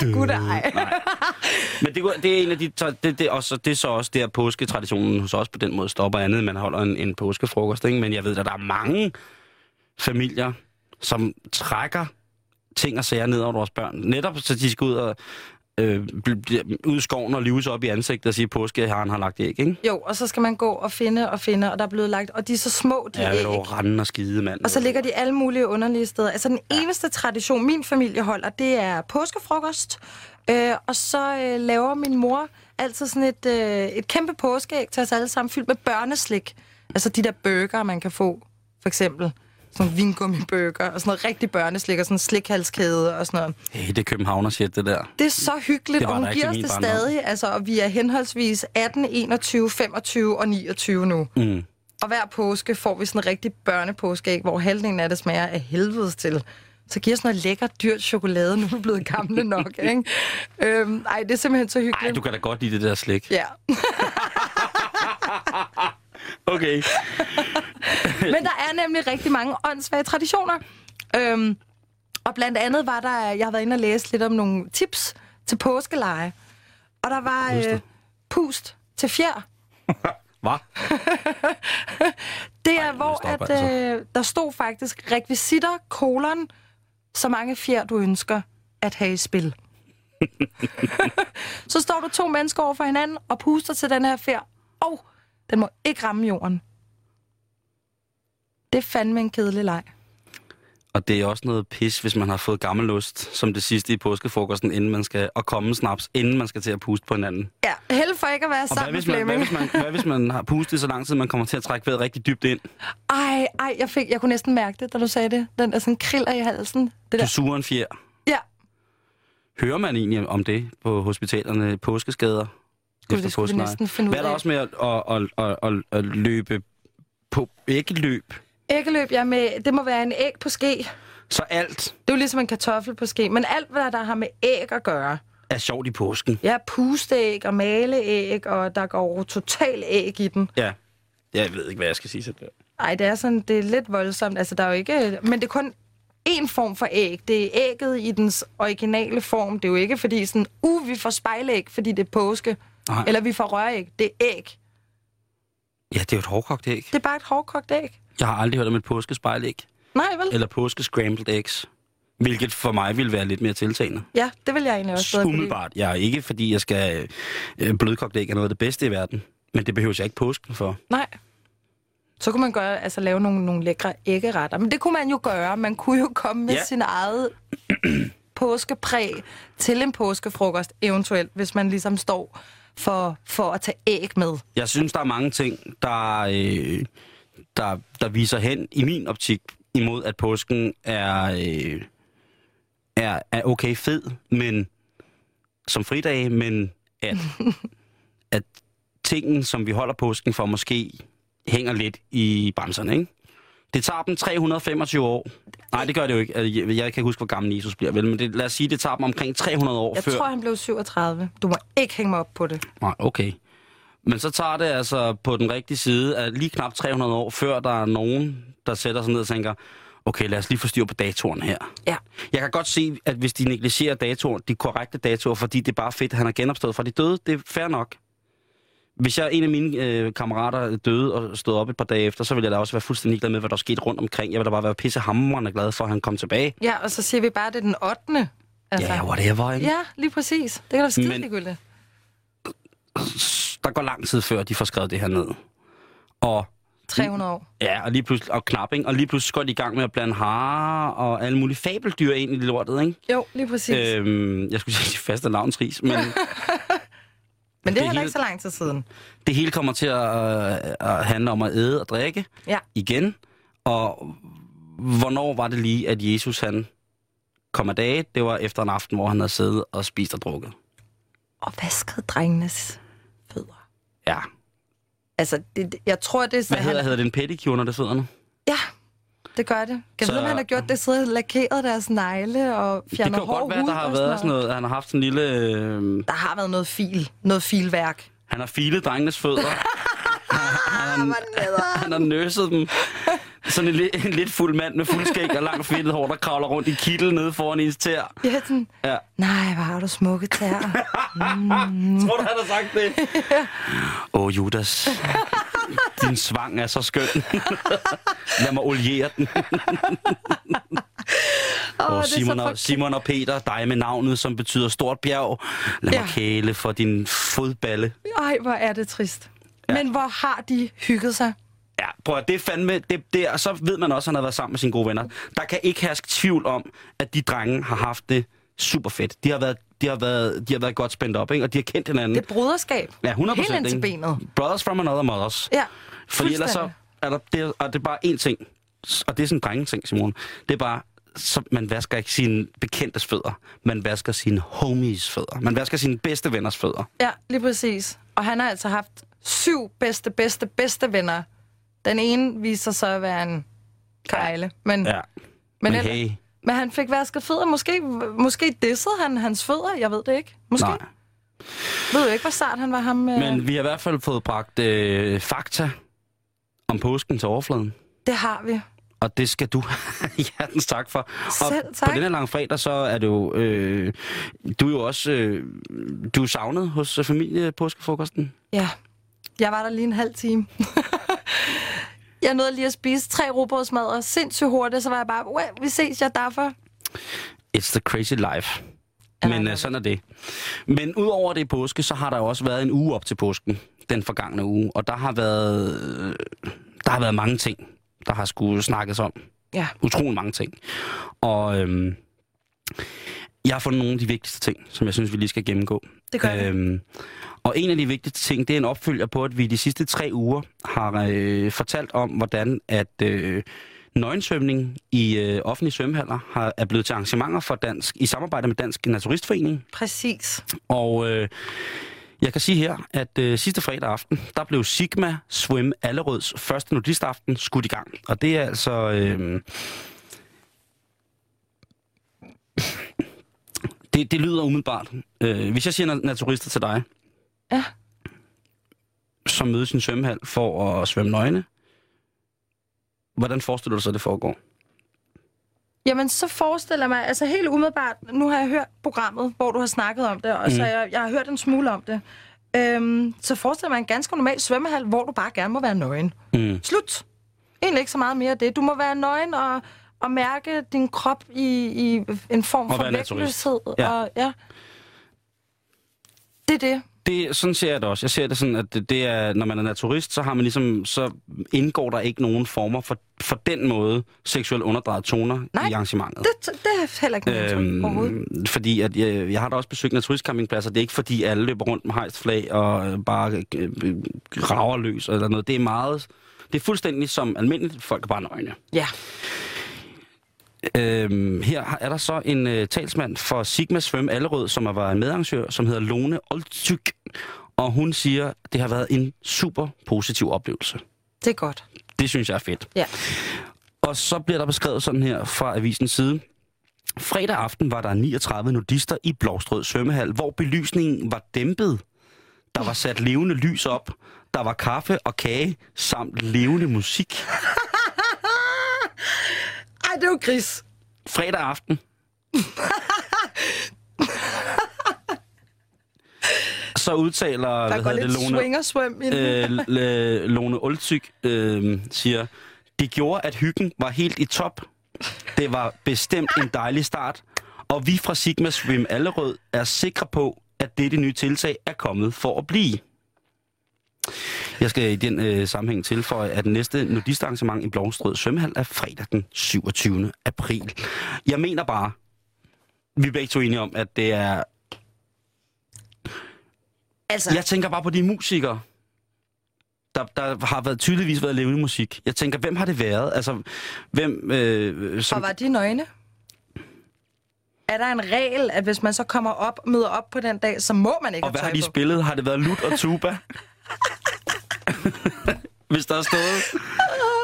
Ah, gud ej. Men det, kunne- det er en af de, så det, det, også, det er så også der påsketraditionen hos os på den måde stopper andet, end man holder en, en påskefrokost, ikke? Men jeg ved, at der er mange familier, som trækker ting og sager ned over vores børn. Netop så de skal ud og øh, bl- bl- ud i skoven og lives op i ansigtet og sige, at påskeharen har lagt æg, ikke? Jo, og så skal man gå og finde og finde, og der er blevet lagt... Og de er så små, de Ja, æg. det er rende og skide, mand. Og så ligger de alle mulige underlige steder. Altså den eneste tradition, min familie holder, det er påskefrokost. Øh, og så øh, laver min mor altid sådan et, øh, et kæmpe påskeæg til os alle sammen, fyldt med børneslik. Altså de der burger, man kan få, for eksempel. Sådan vingummibøger og sådan noget rigtig børneslik og sådan en slikhalskæde og sådan noget. Hey, det er københavner shit, det der. Det er så hyggeligt, Det var og der hun ikke i giver os min det barndom. stadig. Altså, og vi er henholdsvis 18, 21, 25 og 29 nu. Mm. Og hver påske får vi sådan en rigtig børnepåskeæg, hvor halvdelen af det smager af helvedes til. Så giver os noget lækkert, dyrt chokolade, nu er vi blevet gamle nok, ikke? Øhm, ej, det er simpelthen så hyggeligt. Ej, du kan da godt lide det der slik. Ja. Okay. Men der er nemlig rigtig mange åndssvage traditioner. Øhm, og blandt andet var der, jeg har været inde og læse lidt om nogle tips til påskeleje. Og der var øh, pust til fjer. Hvad? Det er, Ej, hvor stopper at, altså. øh, der stod faktisk rekvisitter, kolon, så mange fjer du ønsker at have i spil. så står du to mennesker over for hinanden og puster til den her fjer, og den må ikke ramme jorden. Det er fandme en kedelig leg. Og det er også noget pis, hvis man har fået gammel lust, som det sidste i påskefrokosten, inden man skal, og komme snaps, inden man skal til at puste på hinanden. Ja, held for ikke at være Og hvad sammen med hvis, man, hvad, Flemming. hvis man, hvad hvis man har pustet så lang tid, man kommer til at trække vejret rigtig dybt ind? Ej, ej, jeg, fik, jeg kunne næsten mærke det, da du sagde det. Den der sådan kriller i halsen. Det Du der. suger en fjer. Ja, Hører man egentlig om det på hospitalerne, påskeskader? Gud, det skulle vi påskeleje? næsten finde ud Hvad er der af. også med at, at, at, at, at, at løbe på æggeløb? æggeløb, jeg med, det må være en æg på ske. Så alt Det er jo ligesom en kartoffel på ske, men alt, hvad der har med æg at gøre. er sjovt i påsken. Ja, pusteæg og maleæg, og der går total æg i den. Ja. Jeg ved ikke, hvad jeg skal sige til det. Ej, det er sådan, det er lidt voldsomt. Altså, der er jo ikke... Men det er kun én form for æg. Det er ægget i dens originale form. Det er jo ikke fordi sådan, uh, vi får spejlæg, fordi det er påske. Nej. Eller vi får røræg. Det er æg. Ja, det er jo et hårdkogt æg. Det er bare et hårdkogt æg. Jeg har aldrig hørt om et påskespejlæg. Nej, vel? Eller påskescrambled eggs. Hvilket for mig ville være lidt mere tiltagende. Ja, det vil jeg egentlig også bedre kunne lide. Umiddelbart. Jeg er ikke, fordi jeg skal... øh, Blødkogt æg er noget af det bedste i verden. Men det behøver jeg ikke påsken for. Nej. Så kunne man gøre, altså lave nogle, nogle lækre æggeretter. Men det kunne man jo gøre. Man kunne jo komme med Ja. ja. sin eget påskepræg til en påskefrokost, eventuelt, hvis man ligesom står for, for at tage æg med. Jeg synes, der er mange ting, der, øh, der, der viser hen i min optik imod, at påsken er, øh, er, er okay fed, men som fridag, men at, at tingen, som vi holder påsken for, måske hænger lidt i bremserne, ikke? Det tager dem 325 år. Nej, det gør det jo ikke. Altså, Jeg jeg kan ikke huske, hvor gammel Jesus bliver, vel? Men det, lad os sige, det tager dem omkring 300 år Jeg før... tror, han blev 37. Du må ikke hænge mig op på det. Nej, okay. Men så tager det altså på den rigtige side af lige knap 300 år, før der er nogen, der sætter sig ned og tænker, okay, lad os lige få styr på datoren her. Ja. Jeg kan godt se, at hvis de negligerer datoren, de korrekte datoer, fordi det er bare fedt, at han er genopstået fra de døde, det er fair nok. Hvis jeg en af mine øh, kammerater døde og stod op et par dage efter, så ville jeg da også være fuldstændig glad med, hvad der skete rundt omkring. Jeg ville da bare være pissehammerende glad for, at han kom tilbage. Ja, og så siger vi bare, at det er den 8. Ja, yeah, whatever, ikke? Altså. ja, lige præcis. Det kan da være skide Men- ligegyldigt. Der går lang tid før, de får skrevet det her ned. Og 300 år. Ja, og lige pludselig, og knap, ikke? Og lige pludselig går de i gang med at blande harer og alle mulige fabeldyr ind i lortet, ikke? Jo, lige præcis. Øh, Øhm, jeg skulle sige, de faste navnsris, men Men det det er heller hele- ikke så lang tid siden. det hele kommer til at, øh, at handle om at æde og drikke Ja. igen. Og hvornår var det lige, at Jesus han kom af dage? Det var efter en aften, hvor han havde siddet og spist og drukket. Og vaskede drengenes fødder. Ja. Altså, det, det- jeg tror, det er så... Hvad hedder, hedder det en pedicure, når det sidder nu? Ja, det gør det. Kan så... Så- vide, om han har gjort det, sidder og lakeret deres negle og Det kan fjerner jo hår godt være, der har været sådan noget, han har haft sådan en lille... Øh, Der har været noget fil, noget filværk. han har filet drengenes fødder. han, han har nøsset dem. Sådan en, li- en lidt fuld mand med fuld skæg og langt fedtet hår, der kravler rundt i kittel nede foran ens tær. Ja, sådan, Ja. nej, hvor har du smukke tæer. Tror du, han har sagt det? Åh, oh, Judas. Din svang er så skøn. Lad mig oliere den. Åh, Og det oh, er så Simon, og, forkert. Simon og Peter, dig med navnet, som betyder stort bjerg. Lad mig Ja. kæle for din fodballe. Ej, hvor er det trist. Ja. Men hvor har de hygget sig? Ja, prøv at det er fandme, det, det, og så ved man også, at han har været sammen med sine gode venner. Der kan ikke herske tvivl om, at de drenge har haft det super fedt. De har været, de har været, de har været godt spændt op, ikke? og de har kendt hinanden. Det er broderskab. ja, 100 Helt ind til benet. Brothers from another mothers. Ja, Fordi ellers så fuldstændig. er der, det, og det er bare én ting, og det er sådan en drengeting, Simon. Det er bare, så man vasker ikke sine bekendtes fødder. Man vasker sine homies fødder. Man vasker sine bedste venners fødder. Ja, lige præcis. Og han har altså haft syv bedste, bedste, bedste venner. Den ene viser sig at være en kejle. Men, Ja. men, Men ellers- hey. men han fik vasket fødder. Måske, måske dissede han hans fødder. Jeg ved det ikke. Måske. Nej. Ved jo ikke, hvor sart han var ham. øh? Men... Men vi har i hvert fald fået bragt øh, fakta om påsken til overfladen. Det har vi. Og det skal du have hjertens tak for. Og Selv på tak. den her lange fredag, så er det jo... Øh, du er jo også... Øh, du er savnet hos øh, familie påskefrokosten. Ja. Jeg var der lige en halv time. jeg nåede lige at spise tre rugbrødsmadder sindssygt hurtigt, så var jeg bare, "Uah, vi ses, jeg derfor. It's the crazy life. Men nej. øh, sådan er det. Men udover det påske, så har der jo også været en uge op til påsken. Den forgangne uge. Og der har været... Øh, der har været mange ting, der har skulle snakkes om. Ja. utrolig mange ting. Og øhm, jeg har fundet nogle af de vigtigste ting, som jeg synes, vi lige skal gennemgå. Det gør vi. øhm, Og en af de vigtigste ting, det er en opfølger på, at vi de sidste tre uger har øh, fortalt om, hvordan at øh, nøgensvømning i øh, offentlige svømmehaller har, er blevet til arrangementer for dansk, i samarbejde med Dansk Naturistforening. Præcis. Og øh, jeg kan sige her, at øh, sidste fredag aften, der blev Sigma Swim Allerøds første nudistaften skudt i gang. Og det er altså... Øh, det, det lyder umiddelbart. Øh, hvis jeg siger na- naturister til dig, Ja. som mødes i en svømmehal for at svømme nøgne, hvordan forestiller du dig så, det foregår? Jamen, så forestiller jeg mig, altså helt Mm. umiddelbart, nu har jeg hørt programmet, hvor du har snakket om det, og så jeg, jeg har hørt en smule om det. Øhm, så forestil dig en ganske normal svømmehal, hvor du bare gerne må være nøgen. Mm. Slut. Egentlig ikke så meget mere af det. Du må være nøgen og, og mærke din krop i, i en form Og for være naturist. vægtløshed. Ja. Og, ja. Det er det. Det, sådan ser jeg det også. Jeg ser det sådan, at det, det er, når man er naturist, så, har man ligesom, så indgår der ikke nogen former for, for den måde seksuelt underdrejet toner Nej, i arrangementet. Det, det er heller ikke noget øhm, overhovedet. Øhm, fordi at jeg, jeg har da også besøgt naturistcampingpladser. Det er ikke fordi alle løber rundt med hejstflag og øh, bare øh, øh, rager løs eller noget. Det er meget... Det er fuldstændig som almindeligt. Folk er bare nøgne. Ja. Øhm, her har- er der så en øh, talsmand for Sigma Svøm Allerød, som er- var en medarrangør, som hedder Lone Oltyk. Og hun siger, at det har været en super positiv oplevelse. Det er godt. Det synes jeg er fedt. Ja. Og så bliver der beskrevet sådan her fra avisens side. Fredag aften var der 39 nudister i Blåstrød svømmehal, hvor belysningen var dæmpet. Der var sat levende lys op. Der var kaffe og kage samt levende musik. Ej, det er jo gris. Fredag aften. så udtaler Der hvad går hedder lidt det, Lone, swingersvøm i den. øh, L- Lone Oltyk øh, siger, det gjorde, at hyggen var helt i top. Det var bestemt en dejlig start, og vi fra Sigma Swim Allerød er sikre på, at dette nye tiltag er kommet for at blive. Jeg skal i den øh, sammenhæng tilføje, at næste nudistarrangement i Blomstrød Svømmehal er fredag den 27. april. Jeg mener bare, vi er begge to enige om, at det er... Altså, Jeg tænker bare på de musikere, der, der har været tydeligvis været levende musik. Jeg tænker, hvem har det været? Altså, hvem... Øh, og som, var de nøgne? Er der en regel, at hvis man så kommer op møder op på den dag, så må man ikke og hvad har tøj de på? spillet? Har det været lut og tuba? hvis der er stået...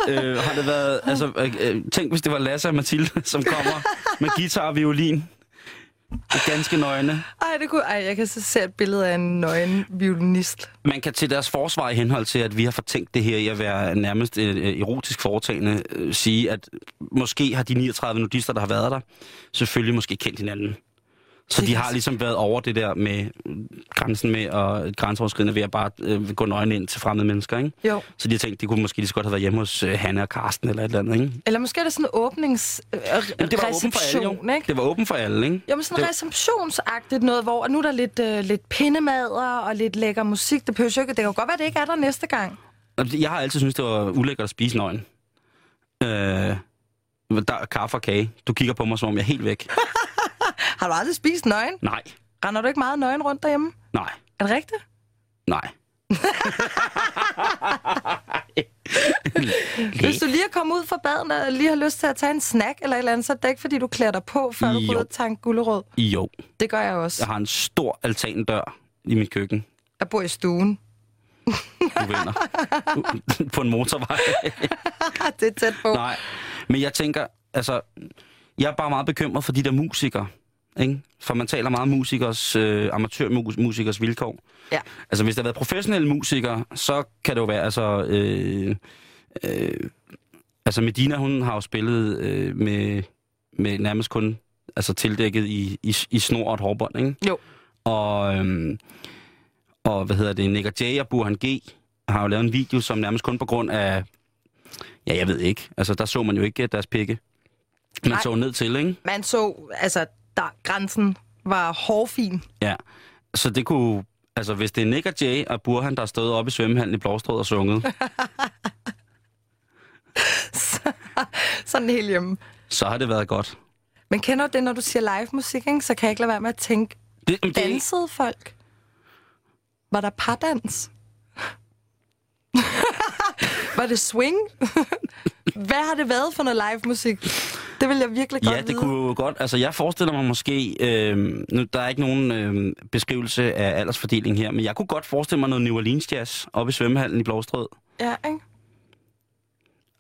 Øh, har det været... Altså, øh, øh, tænk, hvis det var Lasse og Mathilde, som kommer med guitar og violin. Ganske nøgne. Ej, det kunne... Ej, jeg kan så se et billede af en nøgen violinist. Man kan til deres forsvar i henhold til, at vi har fortænkt det her i at være nærmest øh, øh, erotisk foretagende, øh, sige, at måske har de 39 nudister, der har været der, selvfølgelig måske kendt hinanden. Så Det de kan har s- ligesom været over det der med øh, grænsen med og grænseoverskridende ved at bare øh, gå nøgen ind til fremmede mennesker, ikke? Jo. Så de har tænkt, det kunne måske lige så godt have været hjemme hos øh, Hanna og Karsten eller et eller andet, ikke? Eller måske er det sådan en åbnings... Øh, Jamen, det var åben for alle, reception, jo. ikke? Det var åben for alle, ikke? Jo, men sådan Det- det... receptionsagtigt noget, hvor nu er der lidt, øh, lidt pindemader og lidt lækker musik. Det, behøver jo ikke, det kan jo godt være, det ikke er der næste gang. Og det- Jeg har altid syntes, det var ulækkert at spise nøgen. Øh, der er kaffe og kage. Du kigger på mig, som om jeg er helt væk. Har du aldrig spist nøgen? Nej, Render du ikke meget nøgen rundt derhjemme? nej, Er det rigtigt? nej. Hvis du lige er kommet ud fra baden og lige har lyst til at tage en snack eller et eller andet, så er det ikke, fordi du klæder dig på, før du Jo. går ud og tager en gulerod. Jo, Det gør jeg også. jeg Ja. har en stor altandør i mit køkken. Jeg bor i stuen. Du vinder. på en motorvej. Ah, det er tæt på. nej, men jeg tænker, altså, jeg er bare meget bekymret for de der musikere. Ikke? For man taler meget om musikers, øh, amatørmusikers vilkår. Ja. Altså, hvis der har været professionelle musikere, så kan det jo være, altså... Øh, øh, altså, Medina, hun har jo spillet øh, med, med nærmest kun altså, tildækket i, i, i snor og et hårbånd, ikke? Jo. Og, øhm, og hvad hedder det, Nick og Jay og Burhan G har jo lavet en video, som nærmest kun på grund af... Ja, jeg ved ikke. Altså, der så man jo ikke deres pikke. Man Nej. så ned til, ikke? Man så, altså, der, grænsen var hårfin. Ja. Så det kunne... Altså, hvis det er Nick og Jay og Burhan, der har stået oppe i svømmehallen i Blåstrød og sunget, Sådan helt hjemme. så har det været godt. Men kender du det, når du siger live musik, ikke? så kan jeg ikke lade være med at tænke, Det, men det, dansede folk? Var der pardans? var det swing? Hvad har det været for noget live musik? Det vil jeg virkelig godt ja, det vide. kunne jo godt. Altså, jeg forestiller mig måske... Øh, nu, der er ikke nogen øh, beskrivelse af aldersfordeling her, men jeg kunne godt forestille mig noget New Orleans jazz oppe i svømmehallen i Blåstrød. Ja, ikke?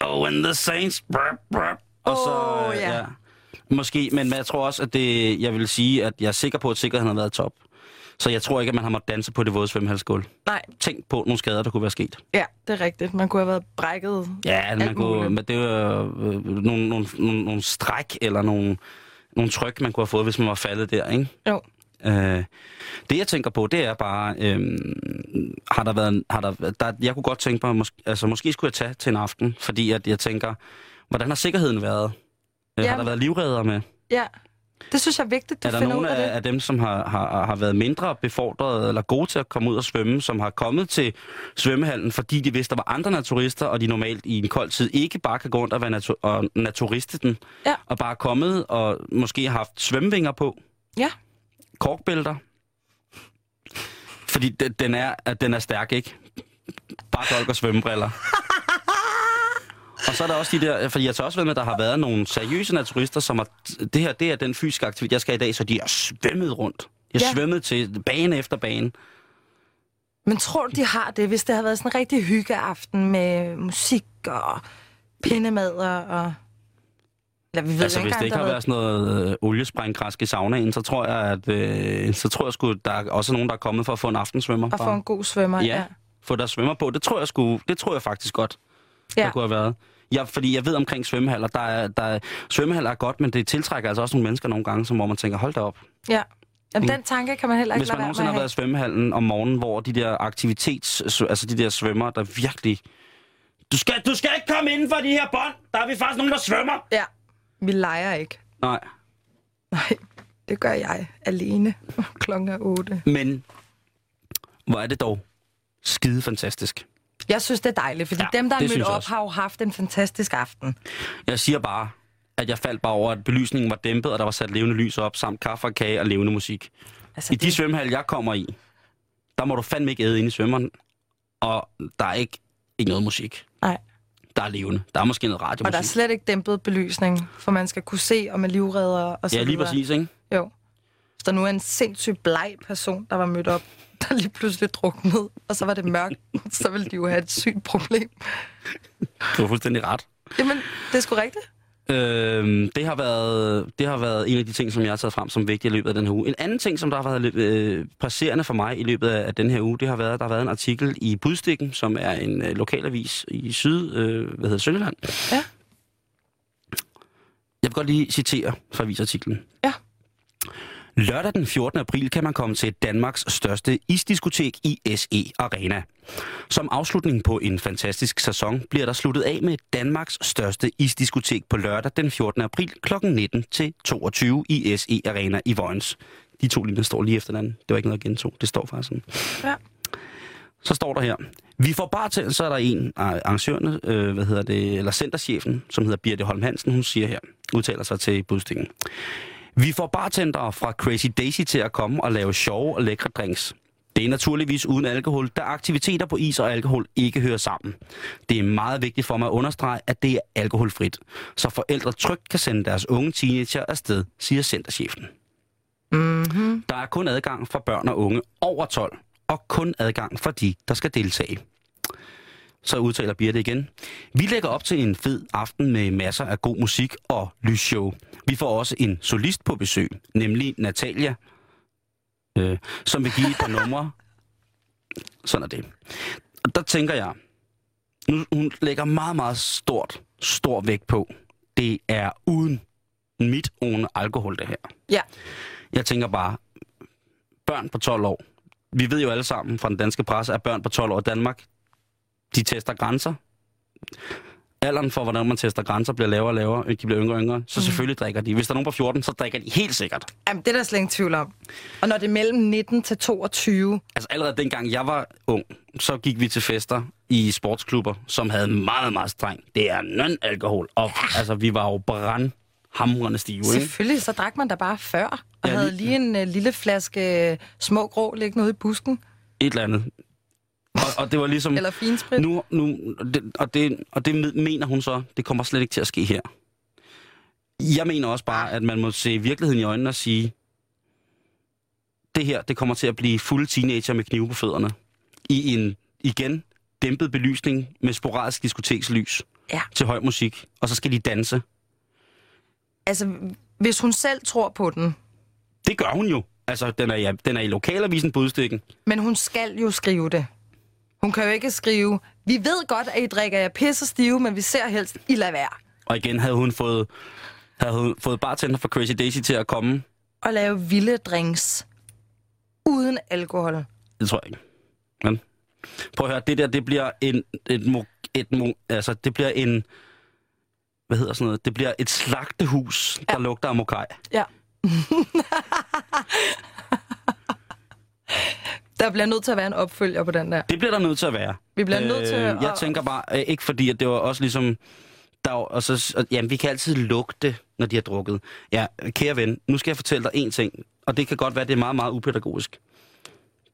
Oh, and the Saints. Brr, brr. Og så, Åh, øh, ja. ja. Måske, men jeg tror også, at det, jeg vil sige, at jeg er sikker på, at sikkerheden har været top. Så jeg tror ikke, at man har måttet danse på det våde svømmehalsgulv. Nej, Tænk på nogle skader, der kunne være sket. ja, det er rigtigt. Man kunne have været brækket. Ja, man Alt kunne, muligt. men det var øh, nogle, nogle, nogle, nogle stræk eller nogle, nogle tryk, man kunne have fået, hvis man var faldet der, ikke? Jo. Øh, det, jeg tænker på, det er bare, øh, har der været, en- har der, der, jeg kunne godt tænke mig, måske, altså måske skulle jeg tage til en aften, fordi at jeg tænker, hvordan har sikkerheden været? Ja. Har Ja. der været livredder med? Ja. Det synes jeg er vigtigt, du er der finder nogen ud af det. af, af dem, som har, har, har været mindre befordret eller gode til at komme ud og svømme, som har kommet til svømmehallen, fordi de vidste, der var andre naturister, og de normalt i en kold tid ikke bare kan gå rundt og være natu- og naturiste den, Ja. og bare er kommet og måske har haft svømmevinger på, Ja. korkbælter. Fordi den, den, er, at den er stærk, ikke? Bare dolk og svømmebriller. Og så er der også de der, fordi jeg tager også ved med, at der har været nogle seriøse naturister, som har, det her, det er den fysiske aktivitet, jeg skal i dag, så de har svømmet rundt. Jeg har Ja. svømmet til bane efter bane. Men tror du, de har det, hvis det havde været sådan en rigtig hyggeaften med musik og pindemad og... og- Eller vi ved altså, jo hvis ikke det engang, ikke har der været sådan noget øh, oliesprængkræsk i saunaen, så tror jeg, at øh, så tror jeg sgu, der er også nogen, der er kommet for at få en aftensvømmer. at få en god svømmer. ja, ja. Få der svømmer på. Det tror jeg sgu, det tror jeg faktisk godt. ja. ja. der kunne have været. Ja, fordi jeg ved omkring svømmehaller, der er, der er, svømmehaller er godt, men det tiltrækker altså også nogle mennesker nogle gange, som, hvor man tænker, hold da op. ja. Jamen, den tanke kan man heller ikke Hvis man lade nogensinde Altså, være har med at været i svømmehallen om morgenen, hvor de der aktivitets, altså de der svømmer, der virkelig... Du skal, du skal ikke komme inden for de her bånd! Der er vi faktisk nogen, der svømmer! have. Ja, vi leger ikke. Nej, Nej, det gør jeg alene klokken 8. men hvor er det dog skide fantastisk. Jeg synes, det er dejligt, fordi Ja, ja, dem, der er det mødt synes jeg op, også. har jo haft en fantastisk aften. Jeg siger bare, at jeg faldt bare over, at belysningen var dæmpet, og der var sat levende lys op, samt kaffe og kage og levende musik. Altså, I de svømmehal, jeg kommer i, der må du fandme ikke æde ind i svømmeren. Og der er ikke, ikke noget musik. Nej. Der er levende. Der er måske noget Og der er radiomusik. slet ikke dæmpet belysning, for man skal kunne se, om man livredder og så Ja, lige videre. præcis, ikke? Jo. Hvis der nu er en sindssygt bleg person, der var mødt op, der lige pludselig druknede, og så var det mørkt, så ville de jo have et sygt problem. Du har fuldstændig ret. Jamen, det er sgu rigtigt. Øhm, det, har været, det har været en af de ting, som jeg har taget frem som vigtig i løbet af den her uge. En anden ting, som der har været løb- øh, presserende for mig i løbet af, af den her uge, det har været, at der har været en artikel i Budstikken, som er en øh, lokalavis i Syd, øh, hvad hedder det, Sønderland. Ja. Jeg vil godt lige citere fra avisartiklen. Ja. Lørdag den 14. april kan man komme til Danmarks største isdiskotek i SE Arena. Som afslutning på en fantastisk sæson bliver der sluttet af med Danmarks største isdiskotek på lørdag den 14. april kl. 19 til 22 i SE Arena i Vojens. De to linjer står lige efter hinanden. Det var ikke noget, jeg gentog. Det står faktisk sådan. Ja. Så står der her. Vi får bare til, så er der en af arrangørerne, øh, hvad hedder det, eller centerchefen, som hedder Birte Holm Hansen, hun siger her, udtaler sig til budstingen. Vi får bartendere fra Crazy Daisy til at komme og lave sjove og lækre drinks. Det er naturligvis uden alkohol, da aktiviteter på is og alkohol ikke hører sammen. Det er meget vigtigt for mig at understrege, at det er alkoholfrit, så forældre trygt kan sende deres unge teenager afsted, siger centerchefen. Mm-hmm. Der er kun adgang for børn og unge over 12, og kun adgang for de, der skal deltage. Så udtaler Birte igen. Vi lægger op til en fed aften med masser af god musik og lysshow. Vi får også en solist på besøg, nemlig Natalia, øh, som vil give et par numre. Sådan er det. Og der tænker jeg, nu, hun lægger meget, meget stort, stor vægt på, det er uden mit own alkohol, det her. Ja. Jeg tænker bare, børn på 12 år, vi ved jo alle sammen fra den danske presse, at børn på 12 år i Danmark, de tester grænser. Alderen for, hvordan man tester grænser, bliver lavere og lavere. øh, De bliver yngre og yngre. Så selvfølgelig drikker de. Hvis der er nogen på 14, så drikker de helt sikkert. Jamen, det er der slet ingen tvivl om. Og når det er mellem 19 til 22, Altså allerede dengang jeg var ung, så gik vi til fester i sportsklubber, som havde meget, meget streng. Det er non-alkohol. Og altså, vi var jo brandhamrende stive, ikke? selvfølgelig, så drak man da bare før, og Ja, havde lige- lige en uh, lille flaske øh, små grå liggende ude i busken, Et eller andet. Og, og det var ligesom... eller finsprit. Nu, nu, og det- og, det, og det mener hun så, det kommer slet ikke til at ske her. Jeg mener også bare, at man må se virkeligheden i øjnene og sige, det her, det kommer til at blive fulde teenager med knive på fødderne. I en, igen, dæmpet belysning med sporadisk diskotekslys Ja. til høj musik. Og så skal de danse. Altså, hvis hun selv tror på den, Det gør hun jo. Altså, den er, ja, den er i lokalavisen budstikken. Men hun skal jo skrive det. Hun kan jo ikke skrive, vi ved godt, at I drikker jer pisse stive, men vi ser helst, I lader være. Og igen havde hun fået, havde hun fået bartender fra Crazy Daisy til at komme. Og lave vilde drinks. Uden alkohol. Det tror jeg ikke. Ja. Prøv at høre, det der, det bliver en, et, mo, et mo, altså, det bliver en, hvad hedder sådan noget, det bliver et slagtehus, ja. der lugter af mokai. Ja. der bliver nødt til at være en opfølger på den der. Det bliver der nødt til at være. Vi bliver nødt til at- Jeg tænker bare, øh, ikke fordi, at det var også ligesom... Der var, og så, og, jamen, vi kan altid lugte, når de har drukket. Ja, kære ven, nu skal jeg fortælle dig en ting, og det kan godt være, det er meget, meget upædagogisk.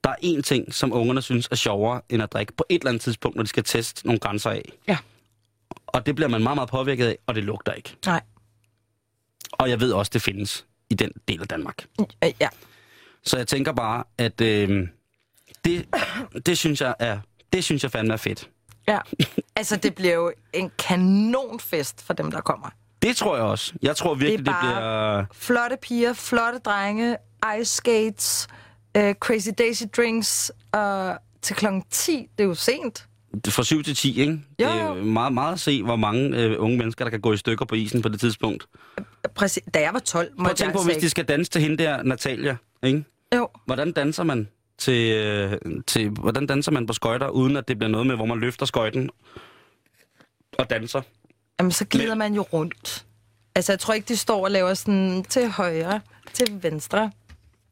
Der er én ting, som ungerne synes er sjovere end at drikke på et eller andet tidspunkt, når de skal teste nogle grænser af. Ja. Og det bliver man meget, meget påvirket af, og det lugter ikke. Nej. Og jeg ved også, det findes i den del af Danmark. Øh, Ja. Så jeg tænker bare, at øh, det, det, synes jeg er, det synes jeg fandme er fedt. ja. Altså, det bliver jo en kanonfest for dem, der kommer. Det tror jeg også. Jeg tror virkelig, det, Det er bare- bliver... Flotte piger, flotte drenge, ice skates, øh, crazy daisy drinks, og til klokken 10, det er jo sent. øh, fra 7 til 10, ikke? Jo, det er jo. meget, meget at se, hvor mange øh, unge mennesker, der kan gå i stykker på isen på det tidspunkt. Præcis, da jeg var 12, må Prøv jeg at tænke på, altså hvis de ikke- skal danse til hende der, Natalia, ikke? Jo, Hvordan danser man til, øh, til, hvordan danser man på skøjter, uden at det bliver noget med, hvor man løfter skøjten og danser? jamen så glider man jo rundt. Altså, jeg tror ikke, de står og laver sådan til højre, til venstre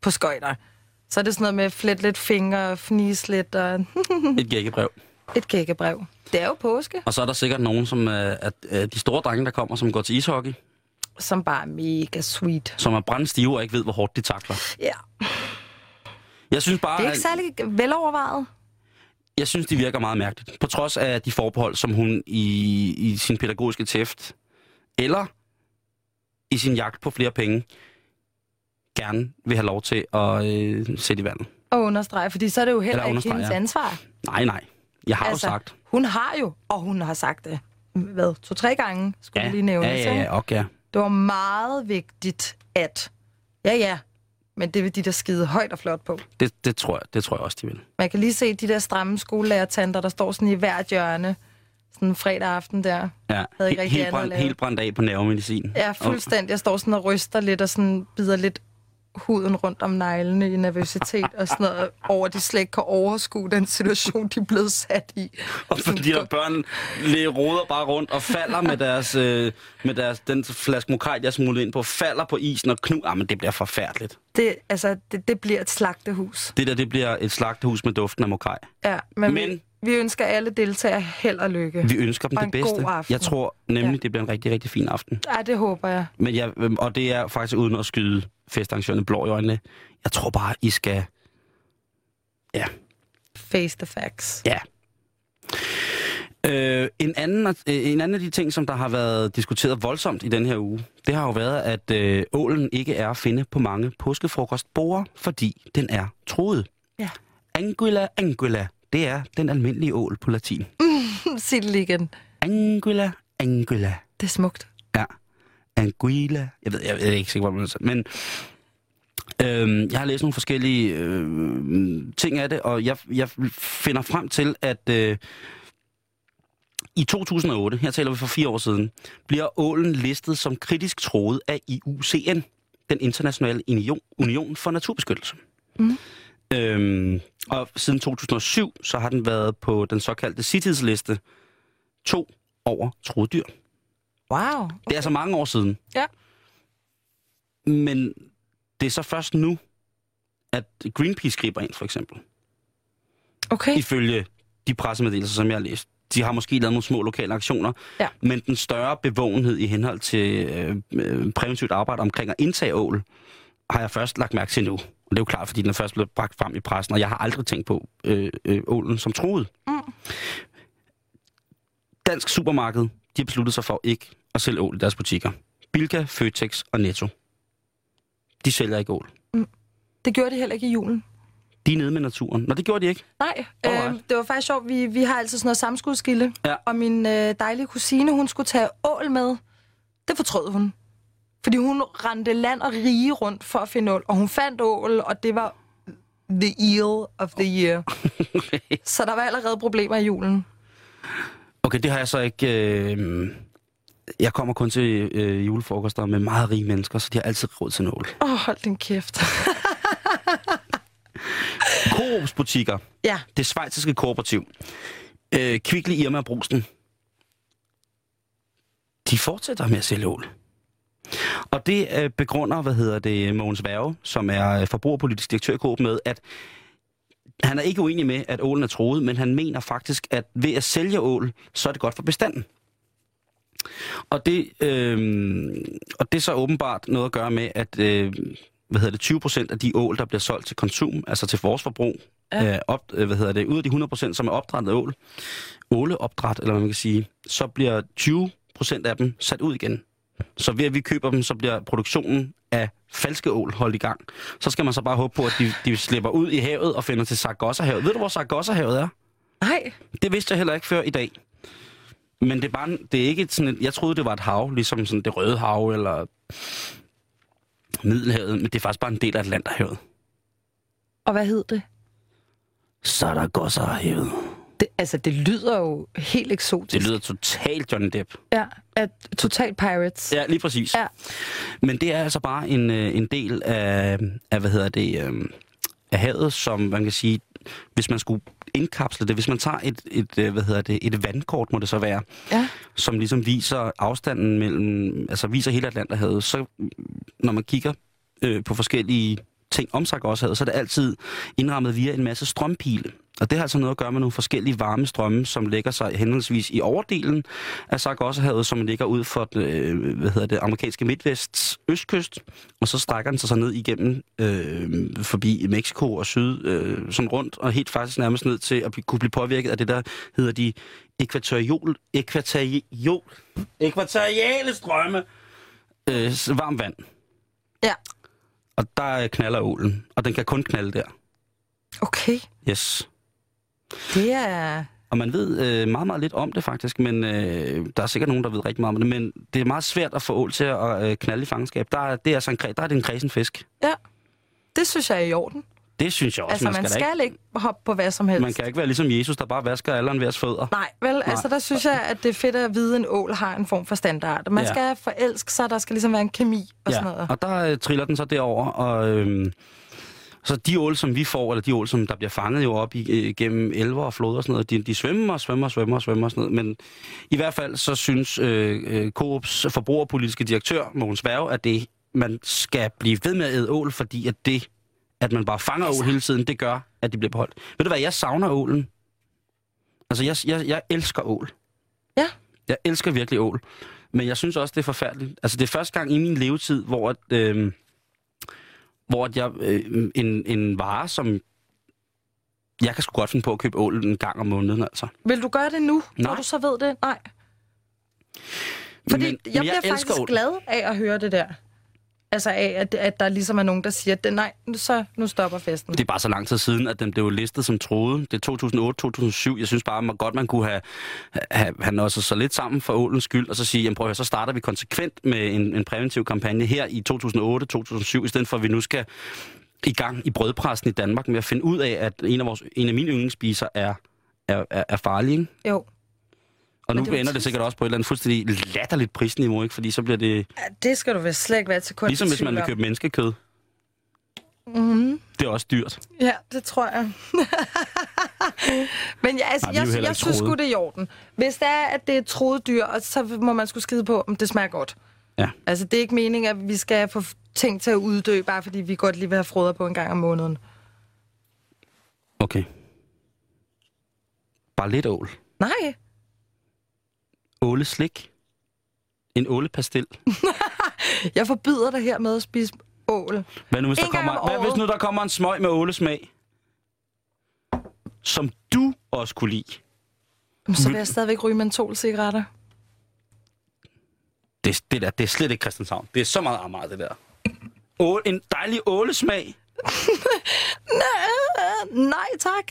på skøjter. Så er det sådan noget med flet lidt fingre, fnis lidt og Mhm. Et gækkebrev. et kækkebrev. Det er jo påske, Og så er der sikkert nogen, som øh, at, øh, de store drenge, der kommer, som går til ishockey, som bare er mega sweet. som er brændstive og ikke ved, hvor hårdt de takler. Ja. Jeg synes bare, Det er ikke at- særlig velovervejet. jeg synes, de virker meget mærkeligt. På trods af de forbehold, som hun i, i sin pædagogiske tæft, eller i sin jagt på flere penge, gerne vil have lov til at øh, sætte i vandet. at understrege, fordi så er det jo heller Eller ikke hendes understrege, ja. ansvar. Nej, nej. Jeg har altså, jo sagt. hun har jo, og hun har sagt det, hvad, to-tre gange, skulle ja. lige nævne. ja, ja, ja, okay. Det var meget vigtigt, at, ja ja, men det vil de der skide højt og flot på. Det, det, tror jeg, det tror jeg også, de vil. Man kan lige se de der stramme skolelærertanter, der står sådan i hvert hjørne, sådan en fredag aften der. Ja. Havde ikke rigtig He- andet helt, at brændt, lave. helt brændt af på nervemedicin. Ja, fuldstændig. Jeg står sådan og ryster lidt og sådan bider lidt huden rundt om neglene i nervøsitet og sådan noget, over at de slet ikke kan overskue den situation, de er blevet sat i. Og, og fordi der børn lige roder bare rundt og falder med deres, øh, med deres den flaske mokaj, jeg smuglede ind på, falder på isen og knu. Jamen, det bliver forfærdeligt. Det, altså, det, det bliver et slagtehus. Det der, det bliver et slagtehus med duften af mokai. Ja, men, men... Men- Vi, vi ønsker alle deltagere held og lykke. Vi ønsker dem Og det en bedste. god aften. Jeg tror nemlig, Ja. ja. det bliver en rigtig, rigtig fin aften. Ej, det håber jeg. Men jeg, øhm, og det er faktisk uden at skyde festarrangørerne blå i øjnene. Jeg tror bare, I skal... Ja, Face the facts. ja. Øh, en, anden, øh, en anden af de ting, som der har været diskuteret voldsomt i den her uge, det har jo været, at øh, ålen ikke er at finde på mange påskefrokostborde, fordi den er troet. Ja. Angula, angula, det er den almindelige ål på latin. Sig det lige igen. Angula, angula. Det er smukt. Ja. Anguilla. Jeg ved, jeg, ved ikke sikker, hvordan man siger. Men øhm, jeg har læst nogle forskellige øh, ting af det, og jeg, jeg finder frem til, at øh, i 2008, her taler vi for fire år siden, bliver ålen listet som kritisk troet af IUCN, den internationale union, union for naturbeskyttelse. Mm. Øhm, og siden 2007, så har den været på den såkaldte CITES-liste to over troede dyr. Wow. Det er altså mange år siden. Ja. Men det er så først nu, at Greenpeace griber ind, for eksempel. Okay. Ifølge de pressemeddelelser, som jeg har læst. De har måske lavet nogle små lokale aktioner, Ja. men den større bevågenhed i henhold til øh, øh, præventivt arbejde omkring at indtage ål, har jeg først lagt mærke til nu. Og det er jo klart, fordi den er først blevet bragt frem i pressen, og jeg har aldrig tænkt på øh, øh, ålen som troet. Mm. Dansk supermarked, de har besluttet sig for ikke at sælge ål i deres butikker. Bilka, Føtex og Netto. De sælger ikke ål. Det gjorde de heller ikke i julen. De er nede med naturen. Nå, det gjorde de ikke. Nej, øh, Alright. det var faktisk sjovt. Vi, vi har altid sådan noget samskudskilde. Ja. Og min øh, dejlige kusine, hun skulle tage ål med. Det fortrød hun. Fordi hun rendte land og rige rundt for at finde ål. Og hun fandt ål, og det var the eel of the year. Så der var allerede problemer i julen. Okay, det har jeg så ikke... Øh... Jeg kommer kun til øh, julefrokoster med meget rige mennesker, så de har altid råd til nål. Åh, oh, hold din kæft. Coops butikker, Ja. det svejtiske kooperativ, øh, Kvickly, Irma og Brugsen, de fortsætter med at sælge ål. Og det øh, begrunder, hvad hedder det, Mogens Værge, som er øh, forbrugerpolitisk direktør i Coop med, at han er ikke uenig med, at ålen er troet, men han mener faktisk, at ved at sælge ål, så er det godt for bestanden. Og det, øh, og det er så åbenbart noget at gøre med, at øh, hvad hedder det, 20 procent af de ål, der bliver solgt til konsum, altså til vores forbrug, ja. øh, op, øh, hvad hedder det, ud af de 100 procent, som er opdrettet af ål, åleopdræt, eller hvad man kan sige, så bliver 20 procent af dem sat ud igen. Så ved at vi køber dem, så bliver produktionen af falske ål holdt i gang. Så skal man så bare håbe på, at de, de slipper ud i havet og finder til Sargassohavet. Ved du, hvor Sargassohavet er? Nej. Det vidste jeg heller ikke før i dag. Men det er, bare, en- det er ikke et sådan et, Jeg troede, det var et hav, ligesom sådan det røde hav eller Middelhavet, men det er faktisk bare en del af Atlanterhavet. Og hvad hed det? Så er der Gosserhavet. det? Altså, det lyder jo helt eksotisk. Det lyder totalt Johnny Depp. Ja, at Total Pirates. Ja, lige præcis. Ja. Men det er altså bare en, øh, en del af, af, hvad hedder det, øh, af havet, som man kan sige, hvis man skulle indkapsle det, hvis man tager et, et, øh, hvad hedder det, et vandkort, må det så være, ja. som ligesom viser afstanden mellem, altså viser hele Atlanterhavet, så mm, når man kigger øh, på forskellige ting om sig også havde, så er det altid indrammet via en masse strømpile. Og det har altså noget at gøre med nogle forskellige varme strømme, som lægger sig henholdsvis i overdelen af Sargassohavet, som ligger ud for det, øh, hvad hedder det, amerikanske midtvests østkyst, og så strækker den sig så ned igennem øh, forbi Mexico og syd, øh, sådan rundt, og helt faktisk nærmest ned til at blive, kunne blive påvirket af det, der hedder de ekvatorial, ekvatorial, ekvatoriale strømme, øh, s- varmt vand. Ja. Og der øh, knaller ålen, og den kan kun knalde der. Okay. Yes. Det er... Og man ved øh, meget, meget lidt om det faktisk, men øh, der er sikkert nogen, der ved rigtig meget om det, men det er meget svært at få ål til at øh, knalde i fangenskab. Der er, det er altså en, kre- der er det en kredsen fisk. Ja. Det synes jeg er i orden. Det synes jeg også, altså, man skal, da ikke. ikke hoppe på hvad som helst. Man kan ikke være ligesom Jesus, der bare vasker alderen ved jeres fødder. Nej, vel, Nej. altså der synes jeg, at det er fedt at vide, at en ål har en form for standard. Man Ja. ja. skal forelske sig, der skal ligesom være en kemi og sådan noget. og der øh, triller den så derover og øhm, så de ål, som vi får, eller de ål, som der bliver fanget jo op i, øh, gennem elver og floder og sådan noget, de, de svømmer og svømmer og svømmer og svømmer og sådan noget. Men i hvert fald så synes øh, øh, Coops forbrugerpolitiske direktør, Mogens Værge, at det, man skal blive ved med at æde ål, fordi at det, at man bare fanger Altså. ål hele tiden, det gør, at de bliver beholdt. Ved du hvad, jeg savner ålen. Altså, jeg, jeg, jeg elsker ål. Ja. Jeg elsker virkelig ål. Men jeg synes også, det er forfærdeligt. Altså, det er første gang i min levetid, hvor, at, øh, hvor at jeg, øh, en, en vare, som... Jeg kan sgu godt finde på at købe ål en gang om måneden, altså. Vil du gøre det nu, Nej. når du så ved det? Nej. Fordi men, jeg men bliver jeg faktisk elsker ål. glad af at høre det der. Altså af, at, at der ligesom er nogen, der siger, at det, nej, nu- så nu stopper festen. Det er bare så lang tid siden, at den blev listet som troede. Det er 2008-2007. Jeg synes bare, man godt man kunne have, have, have nosset sig lidt sammen for ålens skyld, og så sige, jamen prøv at høre, så starter vi konsekvent med en, en præventiv kampagne her i 2008-2007, i stedet for at vi nu skal i gang i brødpressen i Danmark med at finde ud af, at en af, vores, en af mine yndlingsspiser er, er, er, er farlig. Ikke? Jo, Og nu Men det var ender det trist. sikkert også på et eller andet fuldstændig latterligt prisniveau, ikke? fordi så bliver det Ja, det skal du vel slet ikke være til kun ligesom hvis man vil købe menneskekød. Mm-hmm. Det er også dyrt. Ja, det tror jeg. Men ja, altså, Nej, vi er jeg, jeg, jo heller ikke jeg synes sgu, troede. det er i orden. Hvis det er, at det er et troet dyr, og så må man skulle skide på, om det smager godt. Ja. Altså, det er ikke meningen, at vi skal få ting til at uddø, bare fordi vi godt lige vil have froder på en gang om måneden. Okay. Bare lidt ål. Nej, åleslik. En ålepastil. jeg forbyder dig hermed at spise ål. Hvad nu, hvis, En der gang kommer, om hvad, året. hvis nu der kommer en smøg med ålesmag? Som du også kunne lide. Jamen, Så vil jeg stadigvæk ryge mentolcigaretter. Det, det, der, det er slet ikke Christianshavn. Det er så meget Amager, det der. Ål, en dejlig ålesmag. Øh, Nej, tak.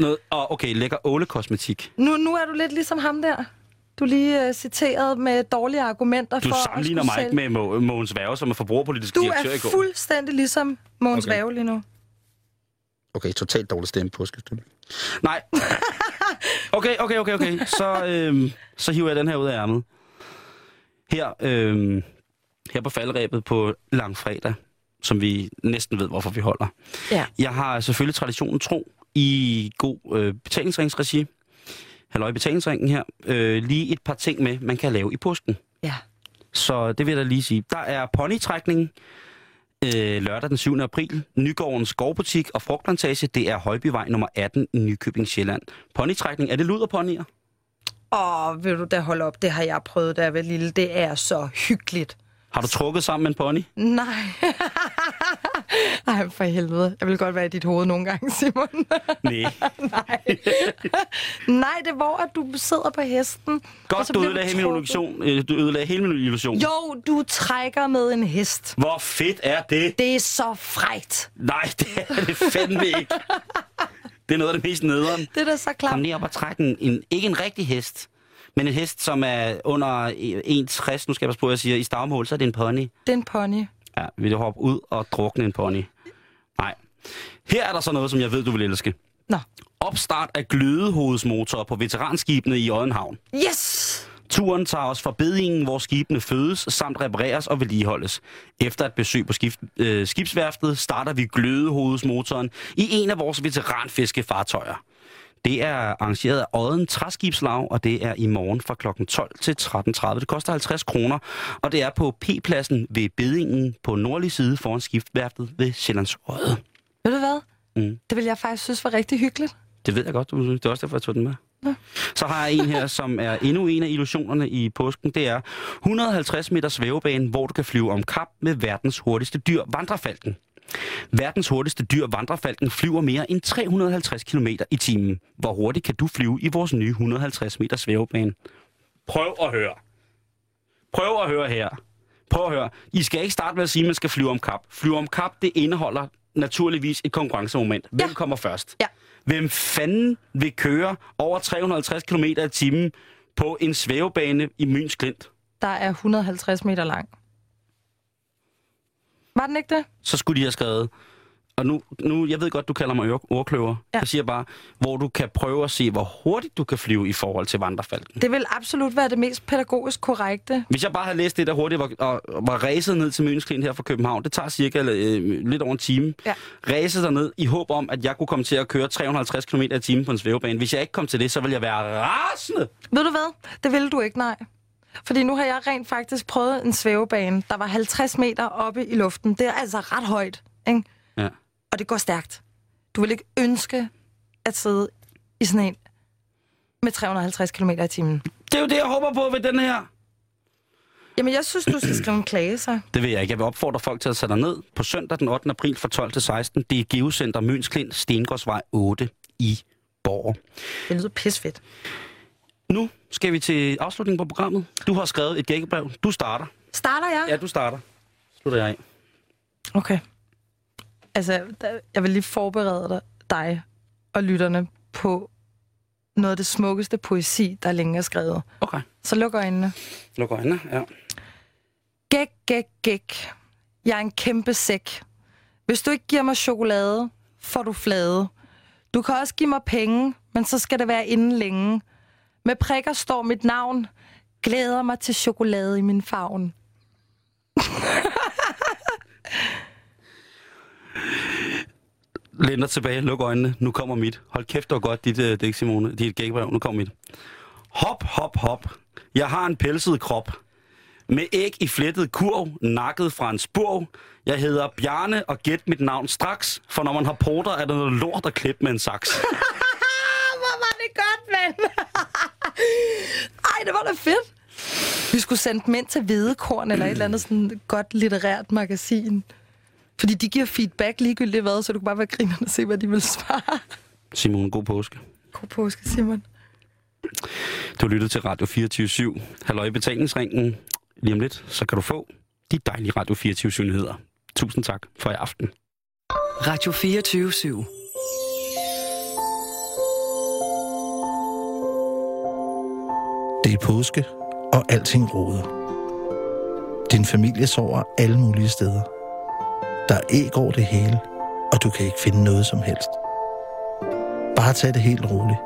Noget, og okay, lækker ålekosmetik. Nu, nu er du lidt ligesom ham der. Du lige uh, citeret med dårlige argumenter Du for at sammenligner skulle mig sælge- ikke med Mo- Mogens Værge, som er forbrugerpolitisk Du direktør i er går. fuldstændig ligesom Måns Okay. okay. Ræve lige nu. Okay, totalt dårlig stemme på, skal Nej. Okay, okay, okay, okay. Så, øhm, så hiver jeg den her ud af ærmet. Her, øhm, her på faldrebet på langfredag, som vi næsten ved, hvorfor vi holder. Ja. Jeg har selvfølgelig traditionen tro i god øh, betalingsringsregi. Halløj i betalingsringen her. Øh, lige et par ting med, man kan lave i påsken. ja. Så det vil jeg da lige sige. Der er ponytrækning øh, lørdag den 7. april. Nygårdens gårdbutik og frugtplantage, det er Højbyvej nummer 18 i Nykøbing Sjælland. Ponytrækning, er det luderponyer? Åh, vil du da holde op, det har jeg prøvet, da jeg var lille. Det er så hyggeligt. Har du trukket sammen med en pony? Nej. Ej, for helvede. Jeg vil godt være i dit hoved nogle gange, Simon. Nej. Nej. Nej, det er hvor, at du sidder på hesten. og så Godt, du bliver ødelagde hele min trukket. illusion. Øh, Du ødelagde hele min illusion. Jo, du trækker med en hest. Hvor fedt er det? Det er så frægt. Nej, det er det fandme ikke. Det er noget af det mest nederen. Det er da så Kom klart. lige op og træk en, en, ikke en rigtig hest, men en hest, som er under 1,60, nu skal jeg passe på, at jeg siger, i stavmål, så er det en pony. Det er en pony. Ja, vil du hoppe ud og drukne en pony? Nej. Her er der så noget, som jeg ved, du vil elske. Nå. Opstart af glødehovedsmotor på veteranskibene i Oddenhavn. Yes! Turen tager os fra bedingen, hvor skibene fødes, samt repareres og vedligeholdes. Efter et besøg på skib, øh, skibsværftet starter vi glødehovedsmotoren i en af vores veteranfiskefartøjer. Det er arrangeret af Odden Træskibslag, og det er i morgen fra kl. 12 til 13.30. Det koster 50 kroner, og det er på P-pladsen ved Bedingen på nordlig side foran skibsværftet ved Sjællands Odde. Ved du hvad? Mm. Det vil jeg faktisk synes var rigtig hyggeligt. Det ved jeg godt, du synes. Det er også derfor, jeg tog den med. Nå. Så har jeg en her, som er endnu en af illusionerne i påsken. Det er 150 meter svævebane, hvor du kan flyve om kap med verdens hurtigste dyr, vandrefalken. Verdens hurtigste dyr, vandrefalken, flyver mere end 350 km i timen. Hvor hurtigt kan du flyve i vores nye 150 meter svævebane? Prøv at høre. Prøv at høre her. Prøv at høre. I skal ikke starte med at sige, at man skal flyve om kap. Flyve om kap, det indeholder naturligvis et konkurrencemoment. Hvem Ja. kommer først? Ja. Hvem fanden vil køre over 350 km i timen på en svævebane i Møns Klint? Der er 150 meter lang. Var den ikke det? Så skulle de have skrevet, og nu, nu jeg ved godt, du kalder mig ør- ordkløver. Ja. Ja. Jeg siger bare, hvor du kan prøve at se, hvor hurtigt du kan flyve i forhold til vandrefalken. Det vil absolut være det mest pædagogisk korrekte. Hvis jeg bare havde læst det der hurtigt var, og var ræset ned til Møns Klint her fra København, det tager cirka øh, lidt over en time. Ja. Ræset derned i håb om, at jeg kunne komme til at køre 350 km i timen på en svævebane. Hvis jeg ikke kom til det, så ville jeg være rasende. Ved du hvad? Det ville du ikke, nej. Fordi nu har jeg rent faktisk prøvet en svævebane, der var 50 meter oppe i luften. Det er altså ret højt, ikke? Ja. Og det går stærkt. Du vil ikke ønske at sidde i sådan en med 350 km i timen. Det er jo det, jeg håber på ved den her. Jamen, jeg synes, du skal skrive en klage, så. Det vil jeg ikke. Jeg vil opfordre folk til at sætte ned på søndag den 8. april fra 12 til 16. Det er Geocenter Møns Klint, Stengårdsvej 8 i Borg. Det lyder pisfedt. Nu skal vi til afslutningen på programmet. Du har skrevet et gækkebrev. Du starter. Starter jeg? Ja, du starter. Slutter jeg af. Okay. Altså, der- jeg vil lige forberede dig, dig og lytterne på noget af det smukkeste poesi, der længe er skrevet. Okay. Så luk øjnene. Lukker øjnene. Ja. Gæk, gæk, gæk. Jeg er en kæmpe sæk. Hvis du ikke giver mig chokolade, får du flade. Du kan også give mig penge, men så skal det være inden længe. Med prikker står mit navn. Glæder mig til chokolade i min favn. Læn dig tilbage. Luk øjnene. Nu kommer mit. Hold kæft, det var godt, dit, øh, dæk, Simone. Dit gækkebrev. Nu kommer mit. Hop, hop, hop. Jeg har en pelset krop. Med æg i flettet kurv, nakket fra en spurv. Jeg hedder Bjarne, og gæt mit navn straks, for når man har porter, er der noget lort at klippe med en saks. Ah, hvor var det godt, mand! Ej, det var da fedt. Vi skulle sende dem ind til Hvedekorn eller et eller andet sådan godt litterært magasin. Fordi de giver feedback ligegyldigt hvad, så du kan bare være grinerne og se, hvad de vil svare. Simone, god påske. God påske, Simon. Du lyttede til Radio 24-7. Halløj i betalingsringen. Lige om lidt, så kan du få de dejlige Radio 24-7-nyheder. Tusind tak for i aften. Radio 24 7. Det er påske, og alting roder. Din familie sover alle mulige steder. Der er æg over det hele, og du kan ikke finde noget som helst. Bare tag det helt roligt.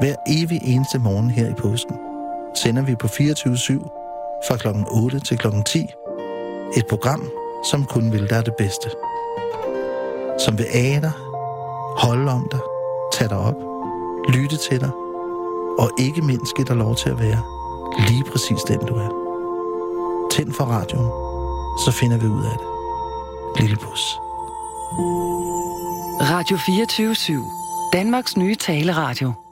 Hver evig eneste morgen her i påsken sender vi på 24-7 fra kl. 8 til kl. 10 et program, som kun vil dig det bedste. Som vil age dig, holde om dig, tage dig op, lytte til dig, og ikke mindst give dig lov til at være lige præcis den, du er. Tænd for radioen, så finder vi ud af det. Lille pus. Radio 24 7. Danmarks nye taleradio.